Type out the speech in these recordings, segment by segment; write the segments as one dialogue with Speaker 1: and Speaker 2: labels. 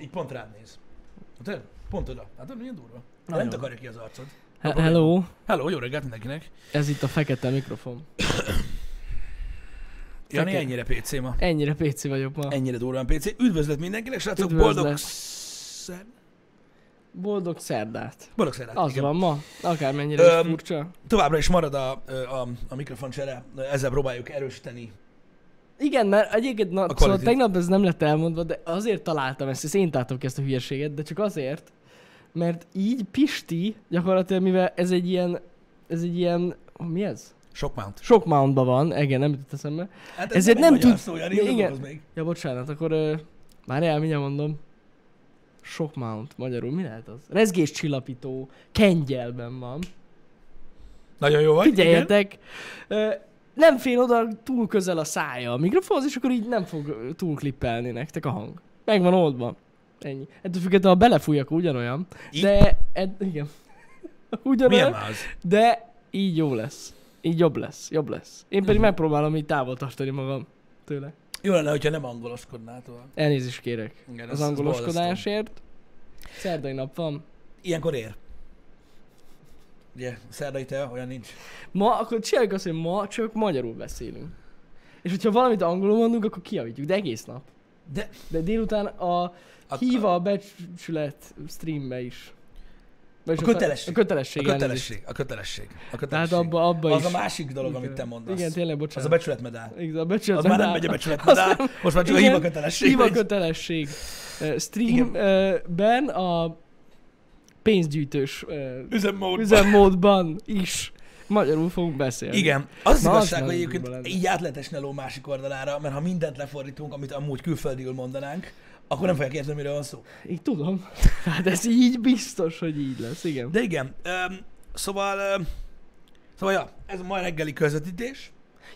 Speaker 1: így pont rád néz. Tudod? Pont oda. Hát milyen durva.
Speaker 2: Nagyon.
Speaker 1: Nem takarja ki az arcod.
Speaker 2: He- Hello,
Speaker 1: Hello, jó reggelt mindenkinek.
Speaker 2: ez itt a fekete mikrofon.
Speaker 1: Jani,
Speaker 2: Oké.
Speaker 1: ennyire PC ma.
Speaker 2: Ennyire PC vagyok ma.
Speaker 1: Ennyire durván PC. Üdvözlet mindenkinek, srácok,
Speaker 2: Üdvözlet.
Speaker 1: boldog szer...
Speaker 2: Boldog szerdát.
Speaker 1: Boldog szerdát.
Speaker 2: Az
Speaker 1: Hát igen.
Speaker 2: van ma, akármennyire
Speaker 1: Öm,
Speaker 2: is furcsa.
Speaker 1: Továbbra is marad a, a, a mikrofon csere, ezzel próbáljuk erősíteni.
Speaker 2: Igen, mert egyébként na,
Speaker 1: quality-
Speaker 2: szóval tegnap ez nem lett elmondva, de azért találtam ezt, ezt én találtam ki ezt a hülyeséget, de csak azért, mert így Pisti gyakorlatilag, mivel ez egy ilyen, ez egy ilyen, mi ez?
Speaker 1: Sok mount.
Speaker 2: Sok mountban van, igen, nem jutott eszembe.
Speaker 1: Hát
Speaker 2: Ezért
Speaker 1: egy
Speaker 2: nem
Speaker 1: magyar
Speaker 2: tud-
Speaker 1: Szó, Jani,
Speaker 2: Igen.
Speaker 1: igen. Még.
Speaker 2: Ja, bocsánat, akkor ö, már el, mindjárt mondom. Shock Mount, magyarul mi lehet az? Rezgés csillapító, kengyelben van.
Speaker 1: Nagyon jó vagy.
Speaker 2: Figyeljetek, ö, nem fél oda túl közel a szája a mikrofonhoz, és akkor így nem fog ö, túl klippelni nektek a hang. Megvan oldva. Ennyi. Ettől függetlenül, ha belefúj, akkor ugyanolyan.
Speaker 1: Így?
Speaker 2: De, ed, igen.
Speaker 1: Igen. Milyen
Speaker 2: ugyanolyan,
Speaker 1: már az?
Speaker 2: de így jó lesz. Így jobb lesz, jobb lesz. Én
Speaker 1: Mhm.
Speaker 2: pedig megpróbálom így távol tartani magam tőle.
Speaker 1: Jó lenne, hogyha nem angoloskodnál tovább.
Speaker 2: Elnézést kérek
Speaker 1: Igen,
Speaker 2: az
Speaker 1: ez- ez borzasztó.
Speaker 2: angoloskodásért. Szerdai nap van.
Speaker 1: Ilyenkor ér. Ugye, szerdai te, olyan nincs.
Speaker 2: Ma, akkor csináljuk azt, hogy ma csak magyarul beszélünk. És hogyha valamit angolul mondunk, akkor kiavítjuk, de egész nap.
Speaker 1: De
Speaker 2: De délután a
Speaker 1: a,
Speaker 2: híva a becsület streambe is. Vagyis
Speaker 1: A
Speaker 2: fe-
Speaker 1: kötelesség.
Speaker 2: A kötelesség.
Speaker 1: a
Speaker 2: elnézést.
Speaker 1: kötelesség, a kötelesség, a kötelesség.
Speaker 2: Tehát abba, abba
Speaker 1: az
Speaker 2: Hát is.
Speaker 1: a másik dolog,
Speaker 2: Úgy
Speaker 1: amit
Speaker 2: kell.
Speaker 1: te mondasz.
Speaker 2: Igen, tényleg,
Speaker 1: az a
Speaker 2: bocsánat.
Speaker 1: becsületmedál.
Speaker 2: Igen, a becsület.
Speaker 1: Az már nem
Speaker 2: medál.
Speaker 1: megy a
Speaker 2: Az
Speaker 1: becsületmedál,
Speaker 2: nem-
Speaker 1: most már csak
Speaker 2: Igen,
Speaker 1: a hiba kötelesség.
Speaker 2: Híva
Speaker 1: megy.
Speaker 2: kötelesség. Ö, Streamben a pénzgyűjtős ö,
Speaker 1: Üzemmód.
Speaker 2: üzemmódban is magyarul fogunk beszélni.
Speaker 1: Igen. Az, az
Speaker 2: Na, az
Speaker 1: igazság, hogy
Speaker 2: nagyon
Speaker 1: egyébként
Speaker 2: durva lenne.
Speaker 1: így át lehet esni a ló másik oldalára, mert ha mindent lefordítunk, amit amúgy külföldről mondanánk, akkor nem fogják érteni, miről van szó.
Speaker 2: Így tudom. Hát ez így biztos, hogy így lesz, igen.
Speaker 1: De igen, öm, szóval, öm, szóval ja, ez a mai reggeli közvetítés.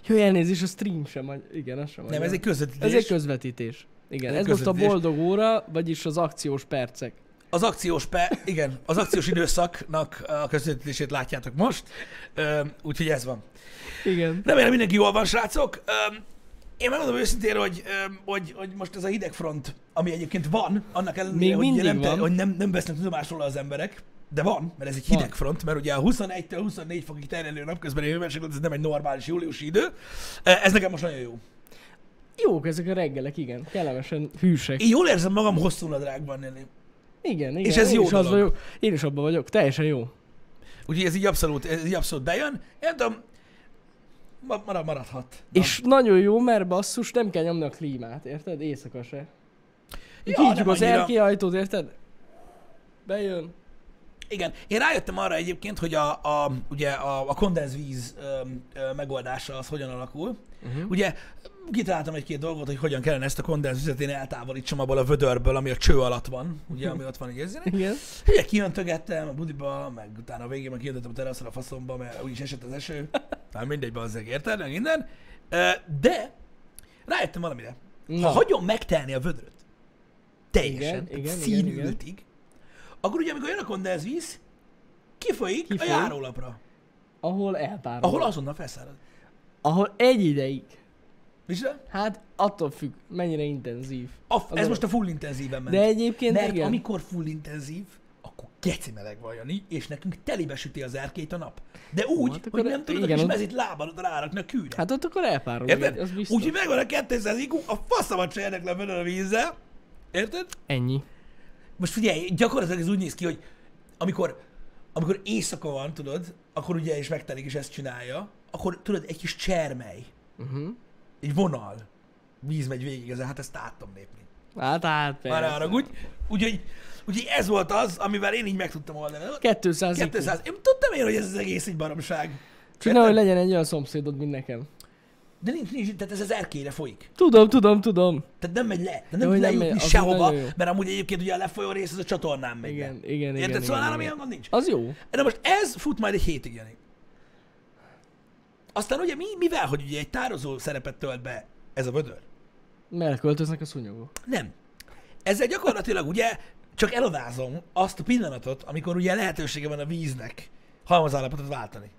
Speaker 2: Jó, elnézés, a stream sem, magy- igen, az sem
Speaker 1: Nem,
Speaker 2: magyar.
Speaker 1: ez egy közvetítés.
Speaker 2: Ez egy közvetítés. Igen,
Speaker 1: Ez
Speaker 2: ez,
Speaker 1: egy
Speaker 2: most a
Speaker 1: közvetítés.
Speaker 2: boldog óra, vagyis az akciós percek.
Speaker 1: Az akciós, pe, igen, az akciós időszaknak a közvetítését látjátok most, öm, úgyhogy ez van.
Speaker 2: Igen.
Speaker 1: Remélem mindenki jól van, srácok. Öm, én megmondom őszintén, hogy, öm, hogy, hogy most ez a hidegfront, ami egyébként van, annak ellenére,
Speaker 2: Még
Speaker 1: hogy, ugye
Speaker 2: mindig
Speaker 1: nem, te-
Speaker 2: van.
Speaker 1: hogy nem, nem vesznek tudomást róla az emberek, de van, mert ez egy
Speaker 2: Van.
Speaker 1: hidegfront, mert ugye a 21-től 24 fokig terjedő napközben hőmérséklet, ez nem egy normális júliusi idő. E, Ez nekem most nagyon jó.
Speaker 2: Jók ezek a reggelek, igen. Kellemesen hűsek.
Speaker 1: Én jól érzem magam hosszú nadrágban, Nili.
Speaker 2: Igen, igen.
Speaker 1: És ez
Speaker 2: én
Speaker 1: jó
Speaker 2: is az
Speaker 1: dolog.
Speaker 2: vagyok. Én is abban vagyok. Teljesen jó.
Speaker 1: Úgyhogy ez így abszolút, ez így abszolút bejön. Én nem tudom, ma- marad, maradhat. Na.
Speaker 2: És nagyon jó, mert basszus, nem kell nyomni a klímát, érted? Éjszaka se. Így
Speaker 1: Ja,
Speaker 2: Kinyitjuk
Speaker 1: nem
Speaker 2: az
Speaker 1: annyira.
Speaker 2: erkély ajtót, érted? Bejön.
Speaker 1: Igen, én rájöttem arra egyébként, hogy a, a, ugye a, a kondenzvíz öm, ö, megoldása az hogyan alakul.
Speaker 2: Uh-huh.
Speaker 1: Ugye kitaláltam egy-két dolgot, hogy hogyan kellene ezt a kondenzvizet én eltávolítsam abból a vödörből, ami a cső alatt van, ugye, ami ott van egy érzének.
Speaker 2: Igen.
Speaker 1: Ugye kijöntögettem a budiba, meg utána a végén meg kijöntöttem a teraszra a faszomba, mert úgyis esett az eső. Már mindegy, bazzeg, érted, meg minden. Ö, De rájöttem valamire. Ha
Speaker 2: Na.
Speaker 1: hagyom megtelni a vödröt, teljesen, igen,
Speaker 2: Igen, igen,
Speaker 1: igen,
Speaker 2: igen,
Speaker 1: színültig, akkor ugye, amikor jön a kondenzvíz, kifolyik Kifoly?
Speaker 2: Kifolyik.
Speaker 1: a járólapra,
Speaker 2: Ahol elpárol.
Speaker 1: ahol azonnal felszárad.
Speaker 2: Ahol egy ideig.
Speaker 1: Micsoda?
Speaker 2: Hát attól függ, mennyire intenzív.
Speaker 1: A, ez
Speaker 2: Az
Speaker 1: most a full intenzíven ment.
Speaker 2: De egyébként
Speaker 1: Mert
Speaker 2: igen.
Speaker 1: amikor full intenzív, akkor geci meleg van, Jani, és nekünk telibe süti az erkét a nap. De úgy,
Speaker 2: hát akkor
Speaker 1: hogy nem tudod,
Speaker 2: igen,
Speaker 1: hogy
Speaker 2: ott-
Speaker 1: mezit lábadra ráraknak kűre.
Speaker 2: Hát ott akkor elpárol.
Speaker 1: Érted?
Speaker 2: így, Az biztos.
Speaker 1: Úgyhogy megvan a 200 IQ, a faszamat se érdekel a vödör a vízzel. Érted?
Speaker 2: Ennyi.
Speaker 1: Most figyelj, gyakorlatilag ez úgy néz ki, hogy amikor, amikor éjszaka van, tudod, akkor ugye és megtelik, és ezt csinálja, akkor tudod, egy kis csermely,
Speaker 2: Uh-huh.
Speaker 1: egy vonal, víz megy végig ezen, hát ezt láttam lépni.
Speaker 2: Hát, hát
Speaker 1: Már
Speaker 2: persze.
Speaker 1: arra, úgy, úgyhogy, úgyhogy ez volt az, amivel én így meg tudtam oldani.
Speaker 2: 200 IQ.
Speaker 1: 200, én tudtam én, hogy ez az egész egy baromság.
Speaker 2: Csak nehogy
Speaker 1: Érted?
Speaker 2: legyen egy olyan szomszédod, mint nekem.
Speaker 1: De nincs, nincs, tehát ez az erkére folyik.
Speaker 2: Tudom, tudom, tudom.
Speaker 1: Tehát nem megy le. Tehát
Speaker 2: Jó,
Speaker 1: nem
Speaker 2: hogy
Speaker 1: tud
Speaker 2: nem
Speaker 1: lejutni
Speaker 2: megy, az
Speaker 1: sehova,
Speaker 2: nagyon jó.
Speaker 1: mert amúgy egyébként ugye a lefolyó rész az a csatornán megy
Speaker 2: Igen,
Speaker 1: le.
Speaker 2: igen, igen.
Speaker 1: Érted?
Speaker 2: igen,
Speaker 1: Szóval
Speaker 2: igen,
Speaker 1: nálam
Speaker 2: igen.
Speaker 1: ilyen gond nincs.
Speaker 2: Az jó.
Speaker 1: Na most ez fut majd egy hétig, Jani. Aztán ugye mi, mivel, hogy ugye egy tározó szerepet tölt be ez a vödör?
Speaker 2: Mert költöznek a szúnyogok.
Speaker 1: Nem. Ezzel gyakorlatilag ugye csak elodázom azt a pillanatot, amikor ugye lehetősége van a víznek halmazállapotot váltani.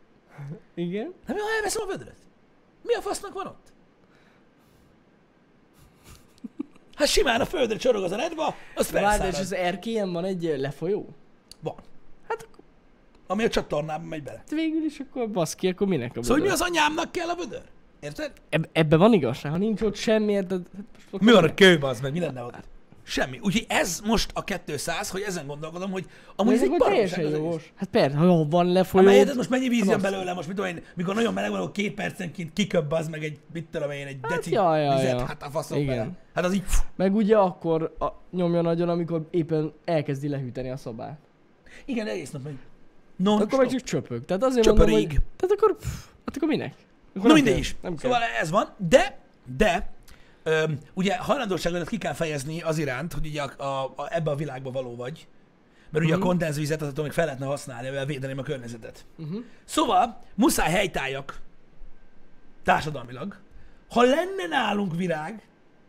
Speaker 2: Igen?
Speaker 1: Hát mi, ha elveszem a vödröt? Mi a fasznak van ott? hát simán a földre csorog az a redva, az
Speaker 2: Várj, de és
Speaker 1: felszárad.
Speaker 2: az erkélyen van egy ö, lefolyó?
Speaker 1: Van.
Speaker 2: Hát akkor
Speaker 1: Ami a csatornában megy bele.
Speaker 2: végül is akkor baszki, akkor minek a
Speaker 1: Szóval hogy mi
Speaker 2: vödör?
Speaker 1: az anyámnak kell a vödör? Érted?
Speaker 2: Eb- ebben van igazság, ha nincs ott semmi, érted? Hát most akkor
Speaker 1: Mi van a kőbe az meg, mi lenne ott? Semmi. Úgyhogy ez most a 200, hogy ezen gondolkodom, hogy amúgy ez
Speaker 2: Ez
Speaker 1: egy
Speaker 2: akkor
Speaker 1: baromság
Speaker 2: teljesen
Speaker 1: az egész.
Speaker 2: jogos. Hát persze, ha van
Speaker 1: Hát
Speaker 2: lefolyó,
Speaker 1: Mert érted, most mennyi víz
Speaker 2: Hát
Speaker 1: jön
Speaker 2: azt.
Speaker 1: belőle, most mit tudom én, mikor nagyon meleg van, akkor két percenként kiköbb az meg egy, mit tudom én, egy deci
Speaker 2: ja, ja,
Speaker 1: vizet,
Speaker 2: ja.
Speaker 1: hát a faszom
Speaker 2: Igen.
Speaker 1: bele. Hát az így, pff.
Speaker 2: meg ugye akkor a, nyomja nagyon, amikor éppen elkezdi lehűteni a szobát.
Speaker 1: igen, egész nap megy. Non,
Speaker 2: Akkor meg csak csöpög. Tehát azért mondom,
Speaker 1: Csöpörig.
Speaker 2: hogy... Tehát akkor... Pff, hát akkor minek?
Speaker 1: Na
Speaker 2: Akkor nem
Speaker 1: mindegy
Speaker 2: kell,
Speaker 1: is.
Speaker 2: Nem kell.
Speaker 1: Szóval ez van, de, de, öm, ugye hajlandóságodat ki kell fejezni az iránt, hogy ugye a, a, a, ebbe a világba való vagy. Mert ugye a
Speaker 2: Mhm.
Speaker 1: kondenzvizet, azt még fel lehetne használni, mivel védeném a környezetet.
Speaker 2: Uh-huh.
Speaker 1: Szóval muszáj helytáljak társadalmilag. Ha lenne nálunk virág,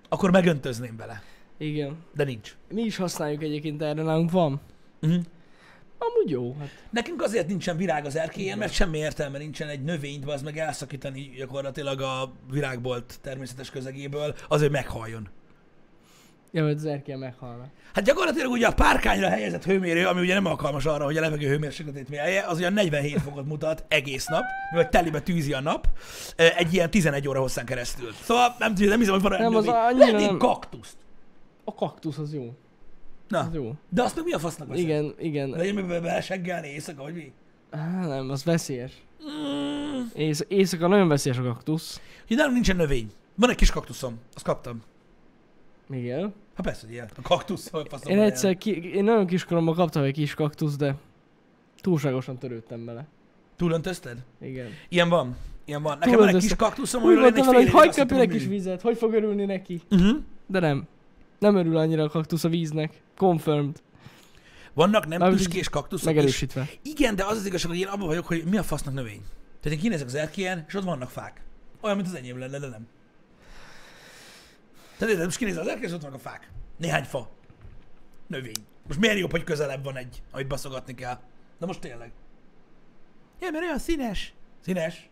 Speaker 1: akkor megöntözném vele.
Speaker 2: Igen.
Speaker 1: De nincs.
Speaker 2: Mi is használjuk egyébként erre, nálunk van.
Speaker 1: Uh-huh.
Speaker 2: Amúgy jó, hát.
Speaker 1: Nekünk azért nincsen virág az erkélyen, mert semmi értelme nincsen egy növényt, az meg elszakítani gyakorlatilag a virágbolt természetes közegéből, az, hogy meghaljon.
Speaker 2: Ja, mert az erkély meghalna.
Speaker 1: Hát gyakorlatilag ugye a párkányra helyezett hőmérő, ami ugye nem alkalmas arra, hogy a levegő hőmérsékletét mérje, az ugye 47 fokot mutat egész nap, mivel telibe tűzi a nap, eh, egy ilyen 11 óra hosszán keresztül. Szóval nem, tudom, nem hiszem, hogy van olyan
Speaker 2: Nem, az
Speaker 1: növény.
Speaker 2: annyira
Speaker 1: Lehet egy
Speaker 2: nem.
Speaker 1: kaktuszt.
Speaker 2: A kaktusz az jó.
Speaker 1: Na,
Speaker 2: Az jó.
Speaker 1: de azt meg mi a fasznak veszed?
Speaker 2: Igen, igen.
Speaker 1: Legyen be beleseggelni éjszaka, vagy mi?
Speaker 2: Á, nem, az veszélyes.
Speaker 1: Mm.
Speaker 2: Ész- éjszaka nagyon veszélyes a kaktusz.
Speaker 1: Ugye nálunk nincsen növény. Van egy kis kaktuszom, azt kaptam.
Speaker 2: Igen.
Speaker 1: Hát persze, hogy ilyen. A kaktusz, hogy faszom.
Speaker 2: Én
Speaker 1: van
Speaker 2: egyszer, ki, én nagyon kiskoromban kaptam egy kis kaktusz, de túlságosan törődtem vele.
Speaker 1: ilyen. Túlöntözted?
Speaker 2: Igen.
Speaker 1: Ilyen van. Ilyen van. Nekem van egy kis
Speaker 2: Túlöntöztem.
Speaker 1: kaktuszom,
Speaker 2: Úgy
Speaker 1: amiről én egy
Speaker 2: voltam
Speaker 1: fél
Speaker 2: vele, hogy
Speaker 1: évig
Speaker 2: hagyd
Speaker 1: azt
Speaker 2: kapjon egy
Speaker 1: hittem,
Speaker 2: kis
Speaker 1: hogy
Speaker 2: vizet, hogy fog örülni neki.
Speaker 1: művi. Mhm.
Speaker 2: De nem. Nem örül annyira a kaktusz a víznek. Confirmed.
Speaker 1: Vannak nem
Speaker 2: Mármint így
Speaker 1: tüskés kaktuszok is.
Speaker 2: Megerősítve.
Speaker 1: Igen, de az az igazság, hogy én abban vagyok, hogy mi a fasznak növény. Tehát én kinézek az erkélyen, és ott vannak fák. Olyan, mint az enyém lenne, de nem. Tehát érted, most kinézel az erkélyen, és ott vannak a fák. Néhány fa. Növény. Most miért jobb, hogy közelebb van egy, amit baszogatni kell? De most tényleg. Ja, mert olyan színes. Színes.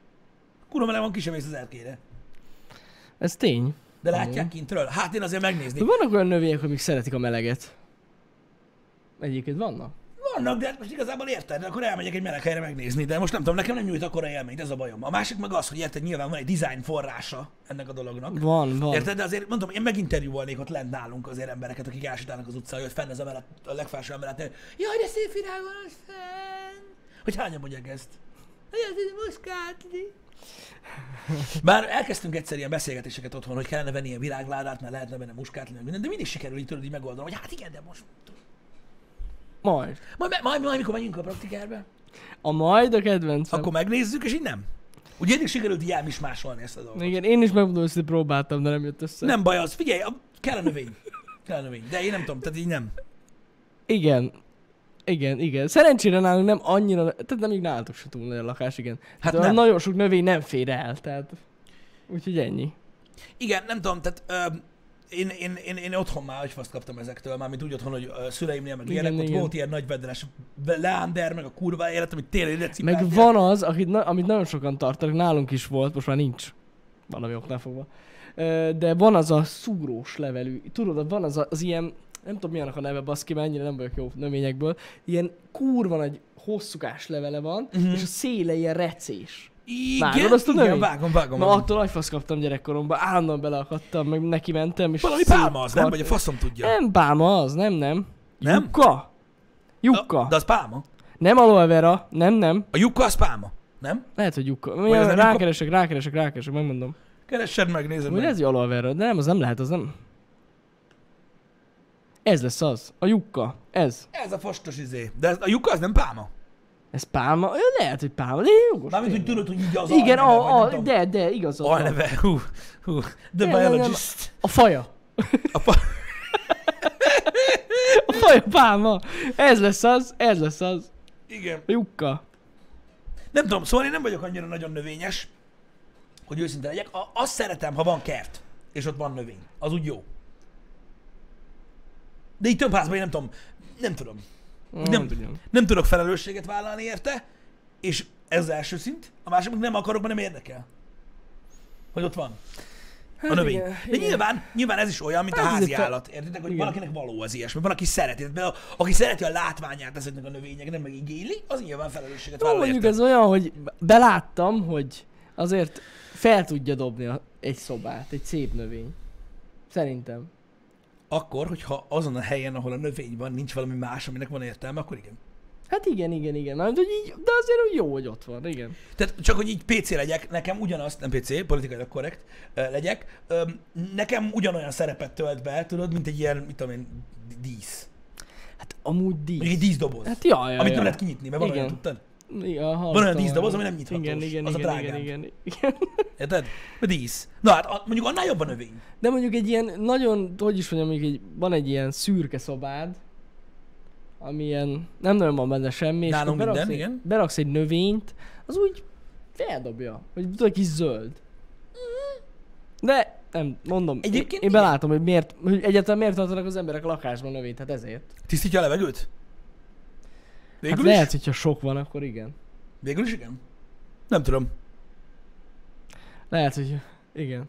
Speaker 1: Kurva meleg van, ki sem mész az erkére.
Speaker 2: Ez tény.
Speaker 1: De látják kintről? Hát én azért
Speaker 2: De
Speaker 1: megnézni.
Speaker 2: vannak olyan növények, amik szeretik a meleget. Egyébként vannak.
Speaker 1: Vannak, de hát most igazából érted, akkor elmegyek egy meleg helyre megnézni, de most nem tudom, nekem nem nyújt akkora élményt, ez a bajom. A másik meg az, hogy érted, nyilván van egy design forrása ennek a dolognak.
Speaker 2: Van, van.
Speaker 1: Érted? De azért mondom, én meginterjúolnék ott lent nálunk azért embereket, akik ásítálnak az utcán, hogy fenn az emelet, a legfelső emeletnél. Jaj, de szép virág van ott fenn! Hogy hányan mondják ezt? Hogy az így muskátli. Bár elkezdtünk egyszer ilyen beszélgetéseket otthon, hogy kellene venni ilyen virágládát, mert lehetne benne muskátli, meg minden, de mindig sikerül így tudod így megoldanom, hogy hát igen, de most...
Speaker 2: Majd.
Speaker 1: Majd, majd, majd, majd mikor megyünk a praktikába,
Speaker 2: A majd a kedvencem.
Speaker 1: akkor megnézzük, és így nem. Ugye eddig sikerült így elmismásolni ezt a dolgot.
Speaker 2: Igen, én is megmondom, hogy próbáltam, de nem jött össze.
Speaker 1: Nem baj az, figyelj, a, kell a növény. Kell a növény, de én nem tudom, tehát így nem.
Speaker 2: Igen. Igen, igen. Szerencsére nálunk nem annyira, tehát nem így nálatok se túl nagy a lakás, igen.
Speaker 1: Hát
Speaker 2: Hát de
Speaker 1: nem.
Speaker 2: nem. nagyon sok növény nem fér el, tehát... Úgyhogy ennyi.
Speaker 1: Igen, nem tudom, tehát ö, én, én, én, én, otthon már agyfaszt kaptam ezektől, mármint úgy otthon, hogy ö, szüleimnél, meg
Speaker 2: Igen,
Speaker 1: ilyenek, ott
Speaker 2: igen.
Speaker 1: volt ilyen nagyvedres leander, meg a kurva élet, amit tényleg ide
Speaker 2: Meg
Speaker 1: cipeltél.
Speaker 2: van az, akit, na- amit nagyon sokan tartanak, nálunk is volt, most már nincs. Valami oknál fogva. Ö, De van az a szúrós levelű, tudod, van az, a, az ilyen, nem tudom mi annak a neve, baszki, mert ennyire nem vagyok jó növényekből, ilyen kurva nagy hosszúkás levele van,
Speaker 1: Mhm.
Speaker 2: uh-huh. és a széle ilyen recés.
Speaker 1: Igen,
Speaker 2: Vágod azt a
Speaker 1: igen,
Speaker 2: növényt?
Speaker 1: vágom, vágom.
Speaker 2: Na,
Speaker 1: vágom.
Speaker 2: attól agyfasz kaptam gyerekkoromban, állandóan beleakadtam, meg neki mentem, és...
Speaker 1: Valami pálma az, nem?
Speaker 2: szétkart-
Speaker 1: Vagy a faszom tudja.
Speaker 2: Nem pálma az, nem, nem.
Speaker 1: Nem?
Speaker 2: Jukka. Jukka.
Speaker 1: De az pálma.
Speaker 2: Nem aloe vera, nem, nem.
Speaker 1: A lyukka az pálma, nem?
Speaker 2: Lehet, hogy lyukka.
Speaker 1: az nem
Speaker 2: Ja,
Speaker 1: lyukka?
Speaker 2: rákeresek, rákeresek, rákeresek, megmondom.
Speaker 1: Keressed meg, nézed
Speaker 2: Vagy
Speaker 1: meg.
Speaker 2: ez egy aloe vera, de nem, az nem lehet, az nem. Ez lesz az. A lyukka. Ez.
Speaker 1: Ez a fastos izé. De ez, a lyukka az nem pálma.
Speaker 2: Ez pálma. Ja, lehet, hogy pálma, de jogos.
Speaker 1: Mármint, hogy
Speaker 2: tényleg.
Speaker 1: tudod, hogy így az
Speaker 2: Igen,
Speaker 1: alneve, vagy
Speaker 2: a,
Speaker 1: nem
Speaker 2: a,
Speaker 1: tudom.
Speaker 2: de, de, igazad van.
Speaker 1: Alneve, hú, hú. The
Speaker 2: Nem, nem, nem.
Speaker 1: biologist.
Speaker 2: A faja.
Speaker 1: A pa-
Speaker 2: A faja pálma. Ez lesz az, ez lesz az.
Speaker 1: Igen.
Speaker 2: A lyukka.
Speaker 1: Nem tudom, szóval én nem vagyok annyira nagyon növényes, hogy őszinte legyek. A, azt szeretem, ha van kert, és ott van növény. Az úgy jó. De így több házban én nem tudom, nem tudom. Nem,
Speaker 2: tudom.
Speaker 1: nem tudok felelősséget vállalni érte, és ez az első szint. A másik meg nem akarok, mert nem érdekel. Hogy ott van. a növény.
Speaker 2: Hát igen,
Speaker 1: De
Speaker 2: igen.
Speaker 1: nyilván, nyilván ez is olyan, mint
Speaker 2: Hát
Speaker 1: a
Speaker 2: ez
Speaker 1: házi
Speaker 2: egy fe-
Speaker 1: állat, értitek, hogy
Speaker 2: Igen.
Speaker 1: valakinek való az ilyesmi, van, aki szereti, tehát például, aki szereti a látványát ezeknek a növényeknek, meg igényli, az nyilván felelősséget
Speaker 2: Jó,
Speaker 1: vállal
Speaker 2: mondjuk
Speaker 1: érte.
Speaker 2: ez olyan, hogy beláttam, hogy azért fel tudja dobni a- egy szobát, egy szép növény. Szerintem.
Speaker 1: Akkor, hogyha azon a helyen, ahol a növény van, nincs valami más, aminek van értelme, akkor igen.
Speaker 2: Hát igen, igen, igen. Mert, hogy így, de azért úgy jó, hogy ott van, igen.
Speaker 1: Tehát csak, hogy így PC legyek, nekem ugyanazt, nem PC, politikailag korrekt ö, legyek, öm, nekem ugyanolyan szerepet tölt be, tudod, mint egy ilyen, mit tudom én, dísz.
Speaker 2: Hát amúgy
Speaker 1: Mondjuk
Speaker 2: díj.
Speaker 1: egy díszdoboz.
Speaker 2: Hát jaj, jaj,
Speaker 1: amit
Speaker 2: jaj.
Speaker 1: nem lehet kinyitni, mert van
Speaker 2: Igen.
Speaker 1: olyan, tudtad?
Speaker 2: Igen,
Speaker 1: Van olyan
Speaker 2: hallottam
Speaker 1: díszdoboz, ami
Speaker 2: arról.
Speaker 1: nem nyithatós.
Speaker 2: Igen, igen,
Speaker 1: Az a
Speaker 2: igen,
Speaker 1: drágább.
Speaker 2: igen, igen, igen.
Speaker 1: Érted? A dísz. Na hát, a- mondjuk annál jobb a növény.
Speaker 2: De mondjuk egy ilyen nagyon, hogy is mondjam, mondjuk egy, van egy ilyen szürke szobád, ami ilyen, nem nagyon van benne semmi,
Speaker 1: Nálunk
Speaker 2: akkor beraksz,
Speaker 1: minden,
Speaker 2: egy,
Speaker 1: igen.
Speaker 2: beraksz egy növényt, az úgy feldobja, hogy tudod, kis zöld. De nem, mondom,
Speaker 1: Egyébként
Speaker 2: én,
Speaker 1: igen.
Speaker 2: én belátom, hogy miért, hogy egyáltalán miért tartanak az emberek lakásban növényt, hát ezért.
Speaker 1: Tisztítja a levegőt? Végül
Speaker 2: Hát
Speaker 1: is?
Speaker 2: lehet, hogyha sok van, akkor igen.
Speaker 1: Végül is igen? Nem tudom.
Speaker 2: Lehet, hogy igen.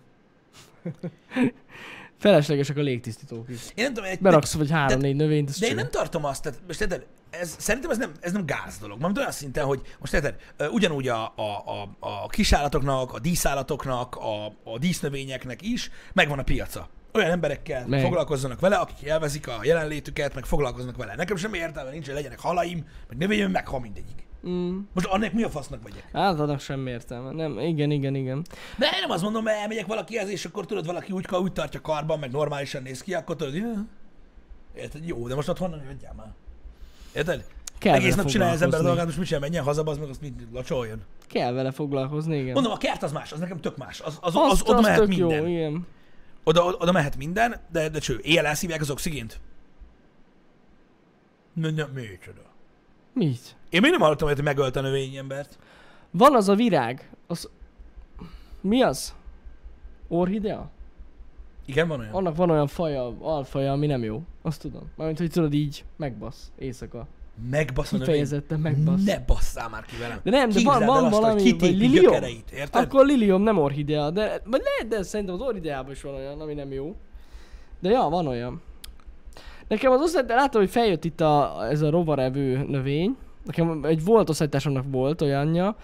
Speaker 2: Feleslegesek a légtisztítók is.
Speaker 1: Én nem tudom, egy,
Speaker 2: Beraksz vagy három-négy növényt, az
Speaker 1: De én
Speaker 2: cső.
Speaker 1: nem tartom azt, tehát most érted, ez, szerintem ez nem, ez nem gáz dolog. Mondom olyan szinten, hogy most érted, ö, ugyanúgy a, a, a, a kisállatoknak, a díszállatoknak, a, a dísznövényeknek is megvan a piaca. Olyan emberekkel meg.
Speaker 2: Meg.
Speaker 1: foglalkozzanak vele, akik élvezik a jelenlétüket, meg foglalkoznak vele. Nekem semmi értelme nincs, hogy legyenek halaim, meg növényem, meg ha mindegyik.
Speaker 2: Mm.
Speaker 1: Most annak mi a fasznak vagyok?
Speaker 2: Hát annak semmi értelme. Nem, igen, igen, igen.
Speaker 1: De én nem azt mondom, mert elmegyek valakihez, és akkor tudod, valaki úgy, úgy tartja karban, meg normálisan néz ki, akkor tudod, jö. érted, jó, de most ott honnan jöttjál már? Érted?
Speaker 2: Kell
Speaker 1: Egész
Speaker 2: vele
Speaker 1: nap csinálja az ember a
Speaker 2: foglalkozni.
Speaker 1: dolgát, most mit csinál, menjen haza, az meg azt mit lacsoljon.
Speaker 2: Kell vele foglalkozni, igen.
Speaker 1: Mondom, a kert az más, az nekem tök más. Az, az, az,
Speaker 2: Azt-
Speaker 1: az oda
Speaker 2: azt
Speaker 1: mehet
Speaker 2: tök
Speaker 1: minden.
Speaker 2: Jó, igen.
Speaker 1: Oda, oda mehet minden, de, de cső, éjjel elszívják az oxigént. Na, na, micsoda.
Speaker 2: Mit?
Speaker 1: Én még nem hallottam, hogy megölt a növényembert.
Speaker 2: Van az a virág, az... Mi az? Orhidea?
Speaker 1: Igen, van olyan.
Speaker 2: Annak van olyan faja, alfaja, ami nem jó. Azt tudom. Mármint, hogy tudod így, megbasz. Éjszaka.
Speaker 1: Megbasz a növény.
Speaker 2: Kifejezetten megbasz.
Speaker 1: Ne basszál már ki velem.
Speaker 2: De nem, de van,
Speaker 1: Képzeld el
Speaker 2: van
Speaker 1: azt,
Speaker 2: valami,
Speaker 1: hogy
Speaker 2: vagy
Speaker 1: kitépi
Speaker 2: lilium.
Speaker 1: gyökereit, érted?
Speaker 2: Akkor lilium nem orhidea, de, vagy lehet, de szerintem az orhideában is van olyan, ami nem jó. De ja, van olyan. Nekem az osztály, de láttam, hogy feljött itt a, ez a rovarevő növény. Nekem egy volt osztálytársamnak volt olyanja.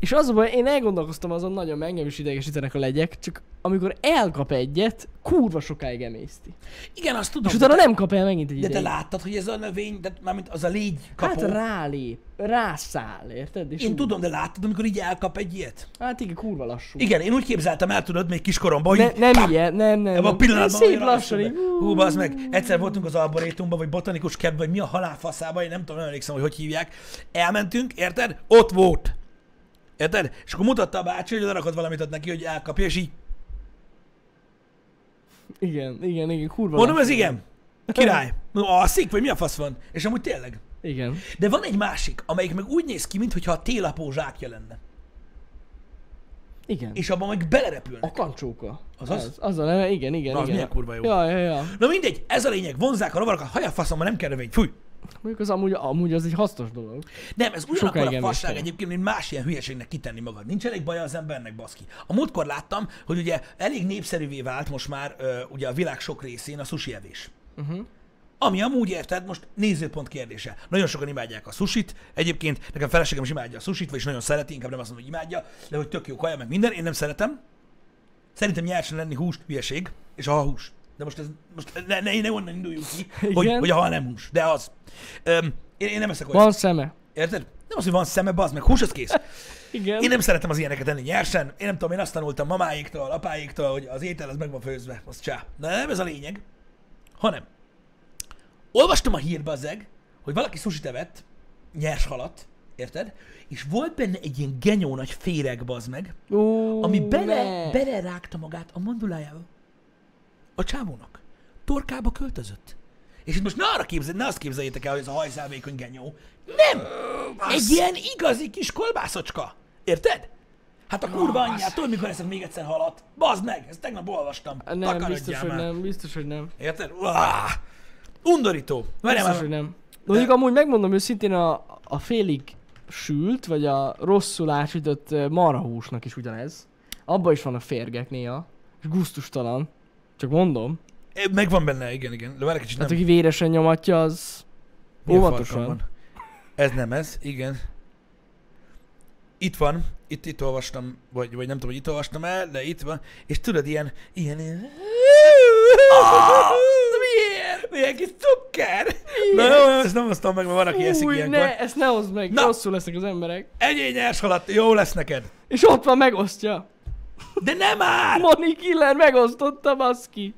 Speaker 2: És az a baj, én elgondolkoztam azon, nagyon meg engem is idegesítenek a legyek, csak amikor elkap egyet, kurva sokáig emészti.
Speaker 1: Igen, azt tudom.
Speaker 2: És utána nem kap el megint egy
Speaker 1: De te
Speaker 2: ideig.
Speaker 1: láttad, hogy ez a növény, de mármint az a légy kapó.
Speaker 2: Hát
Speaker 1: Hát
Speaker 2: rálép, rászáll, érted? És
Speaker 1: Én
Speaker 2: úgy-
Speaker 1: tudom, de láttad, amikor így elkap egy ilyet?
Speaker 2: Hát igen, kurva lassú.
Speaker 1: Igen, én úgy képzeltem el, tudod, még kiskoromban, hogy
Speaker 2: Ne, nem ilyen, nem, nem.
Speaker 1: Ebben a
Speaker 2: nem.
Speaker 1: pillanatban
Speaker 2: Szép
Speaker 1: olyan
Speaker 2: lassan így.
Speaker 1: alacsony be. Hú, bazd meg, egyszer voltunk az arborétumban, vagy botanikus kertben, vagy mi a halálfaszában, én nem tudom, nem emlékszem, hogy hogy hívják. Elmentünk, érted? Ott volt. Érted? És akkor mutatta a bácsi, hogy lerakott valamit ott neki, hogy elkapja, és így,
Speaker 2: Igen, igen, igen, kurva.
Speaker 1: mondom,
Speaker 2: lassan.
Speaker 1: ez igen. Király. Mondom, alszik, vagy mi a fasz van? És amúgy tényleg.
Speaker 2: Igen.
Speaker 1: De van egy másik, amelyik meg úgy néz ki, mintha a télapó zsákja lenne.
Speaker 2: Igen.
Speaker 1: És abban meg belerepülnek.
Speaker 2: A kancsóka.
Speaker 1: Azaz?
Speaker 2: Az, az a neve, igen, igen,
Speaker 1: Na, az
Speaker 2: igen.
Speaker 1: milyen kurva jó.
Speaker 2: Ja, ja, ja.
Speaker 1: Na mindegy, ez a lényeg, vonzák a rovarokat, haja faszomban nem kell növény, fúj!
Speaker 2: Mondjuk az amúgy, amúgy az egy hasznos dolog.
Speaker 1: Nem, ez
Speaker 2: Sokáig
Speaker 1: ugyanakkor a
Speaker 2: emésztem.
Speaker 1: fasság egyébként, mint más ilyen hülyeségnek kitenni magad. Nincs elég baja az embernek, baszki. A múltkor láttam, hogy ugye elég népszerűvé vált most már ö, ugye a világ sok részén a sushi evés.
Speaker 2: Uh-huh.
Speaker 1: Ami amúgy érted, most nézőpont kérdése. Nagyon sokan imádják a susit. Egyébként nekem feleségem is imádja a susit, vagyis nagyon szereti, inkább nem azt mondom, hogy imádja, de hogy tök jó kaja, meg minden. Én nem szeretem. Szerintem nyersen lenni húst hülyeség, és a hal hús. De most, ez, most ne, ne, ne onnan induljunk ki, hogy,
Speaker 2: Igen.
Speaker 1: hogy a hal nem hús, de az. Öm, én, én nem eszek olyat.
Speaker 2: Van szeme.
Speaker 1: Érted? Nem az, hogy van szeme, bazd meg, hús, az kész.
Speaker 2: Igen.
Speaker 1: Én nem szeretem az ilyeneket enni nyersen. Én nem tudom, én azt tanultam mamáiktól, apáiktól, hogy az étel az meg van főzve. Az csá. De nem ez a lényeg, hanem olvastam a hírbe azeg, hogy valaki sushi evett, nyers halat, érted? És volt benne egy ilyen genyó nagy féreg, bazd meg,
Speaker 2: Ó,
Speaker 1: ami bele,
Speaker 2: ne.
Speaker 1: belerágta magát a mandulájába. A csávónak. Torkába költözött. És itt most ne arra képzelj, ne azt képzeljétek el, hogy ez a hajszál vékony genyó. Nem! Egy ilyen igazi kis kolbászocska. Érted? Hát a kurva anyját, tudod, mikor eszek még egyszer halat? Bazd meg, ezt tegnap olvastam.
Speaker 2: Nem,
Speaker 1: Takarodjál
Speaker 2: biztos, hogy
Speaker 1: már.
Speaker 2: nem, biztos, hogy nem.
Speaker 1: Érted? Uáh! Undorító. Várjál
Speaker 2: Biztos,
Speaker 1: már.
Speaker 2: hogy nem. De mondjuk amúgy megmondom őszintén, a, a félig sült, vagy a rosszul ásított ö, marhahúsnak is ugyanez. Abba is vannak férgek néha. És és gusztustalan. Csak mondom.
Speaker 1: Ö, Megvan benne, igen, igen. De várj egy kicsit,
Speaker 2: Hát
Speaker 1: nem.
Speaker 2: aki véresen nyomatja, az
Speaker 1: Mi a
Speaker 2: óvatosan.
Speaker 1: farkamban? Ez nem ez, igen. Itt van, itt, itt olvastam, vagy, vagy nem tudom, hogy itt olvastam el, de itt van, és tudod, ilyen, ilyen, ilyen... Ah, miért? Milyen kis cukker! Na jó, jó, ezt nem osztom meg, mert van, aki eszik
Speaker 2: Fúj,
Speaker 1: ilyenkor.
Speaker 2: ne, ezt ne hozd meg,
Speaker 1: Na.
Speaker 2: rosszul lesznek az emberek.
Speaker 1: Egyényes halat, jó lesz neked.
Speaker 2: És ott van, megosztja.
Speaker 1: De nem már!
Speaker 2: Moni Killer megosztotta, baszki.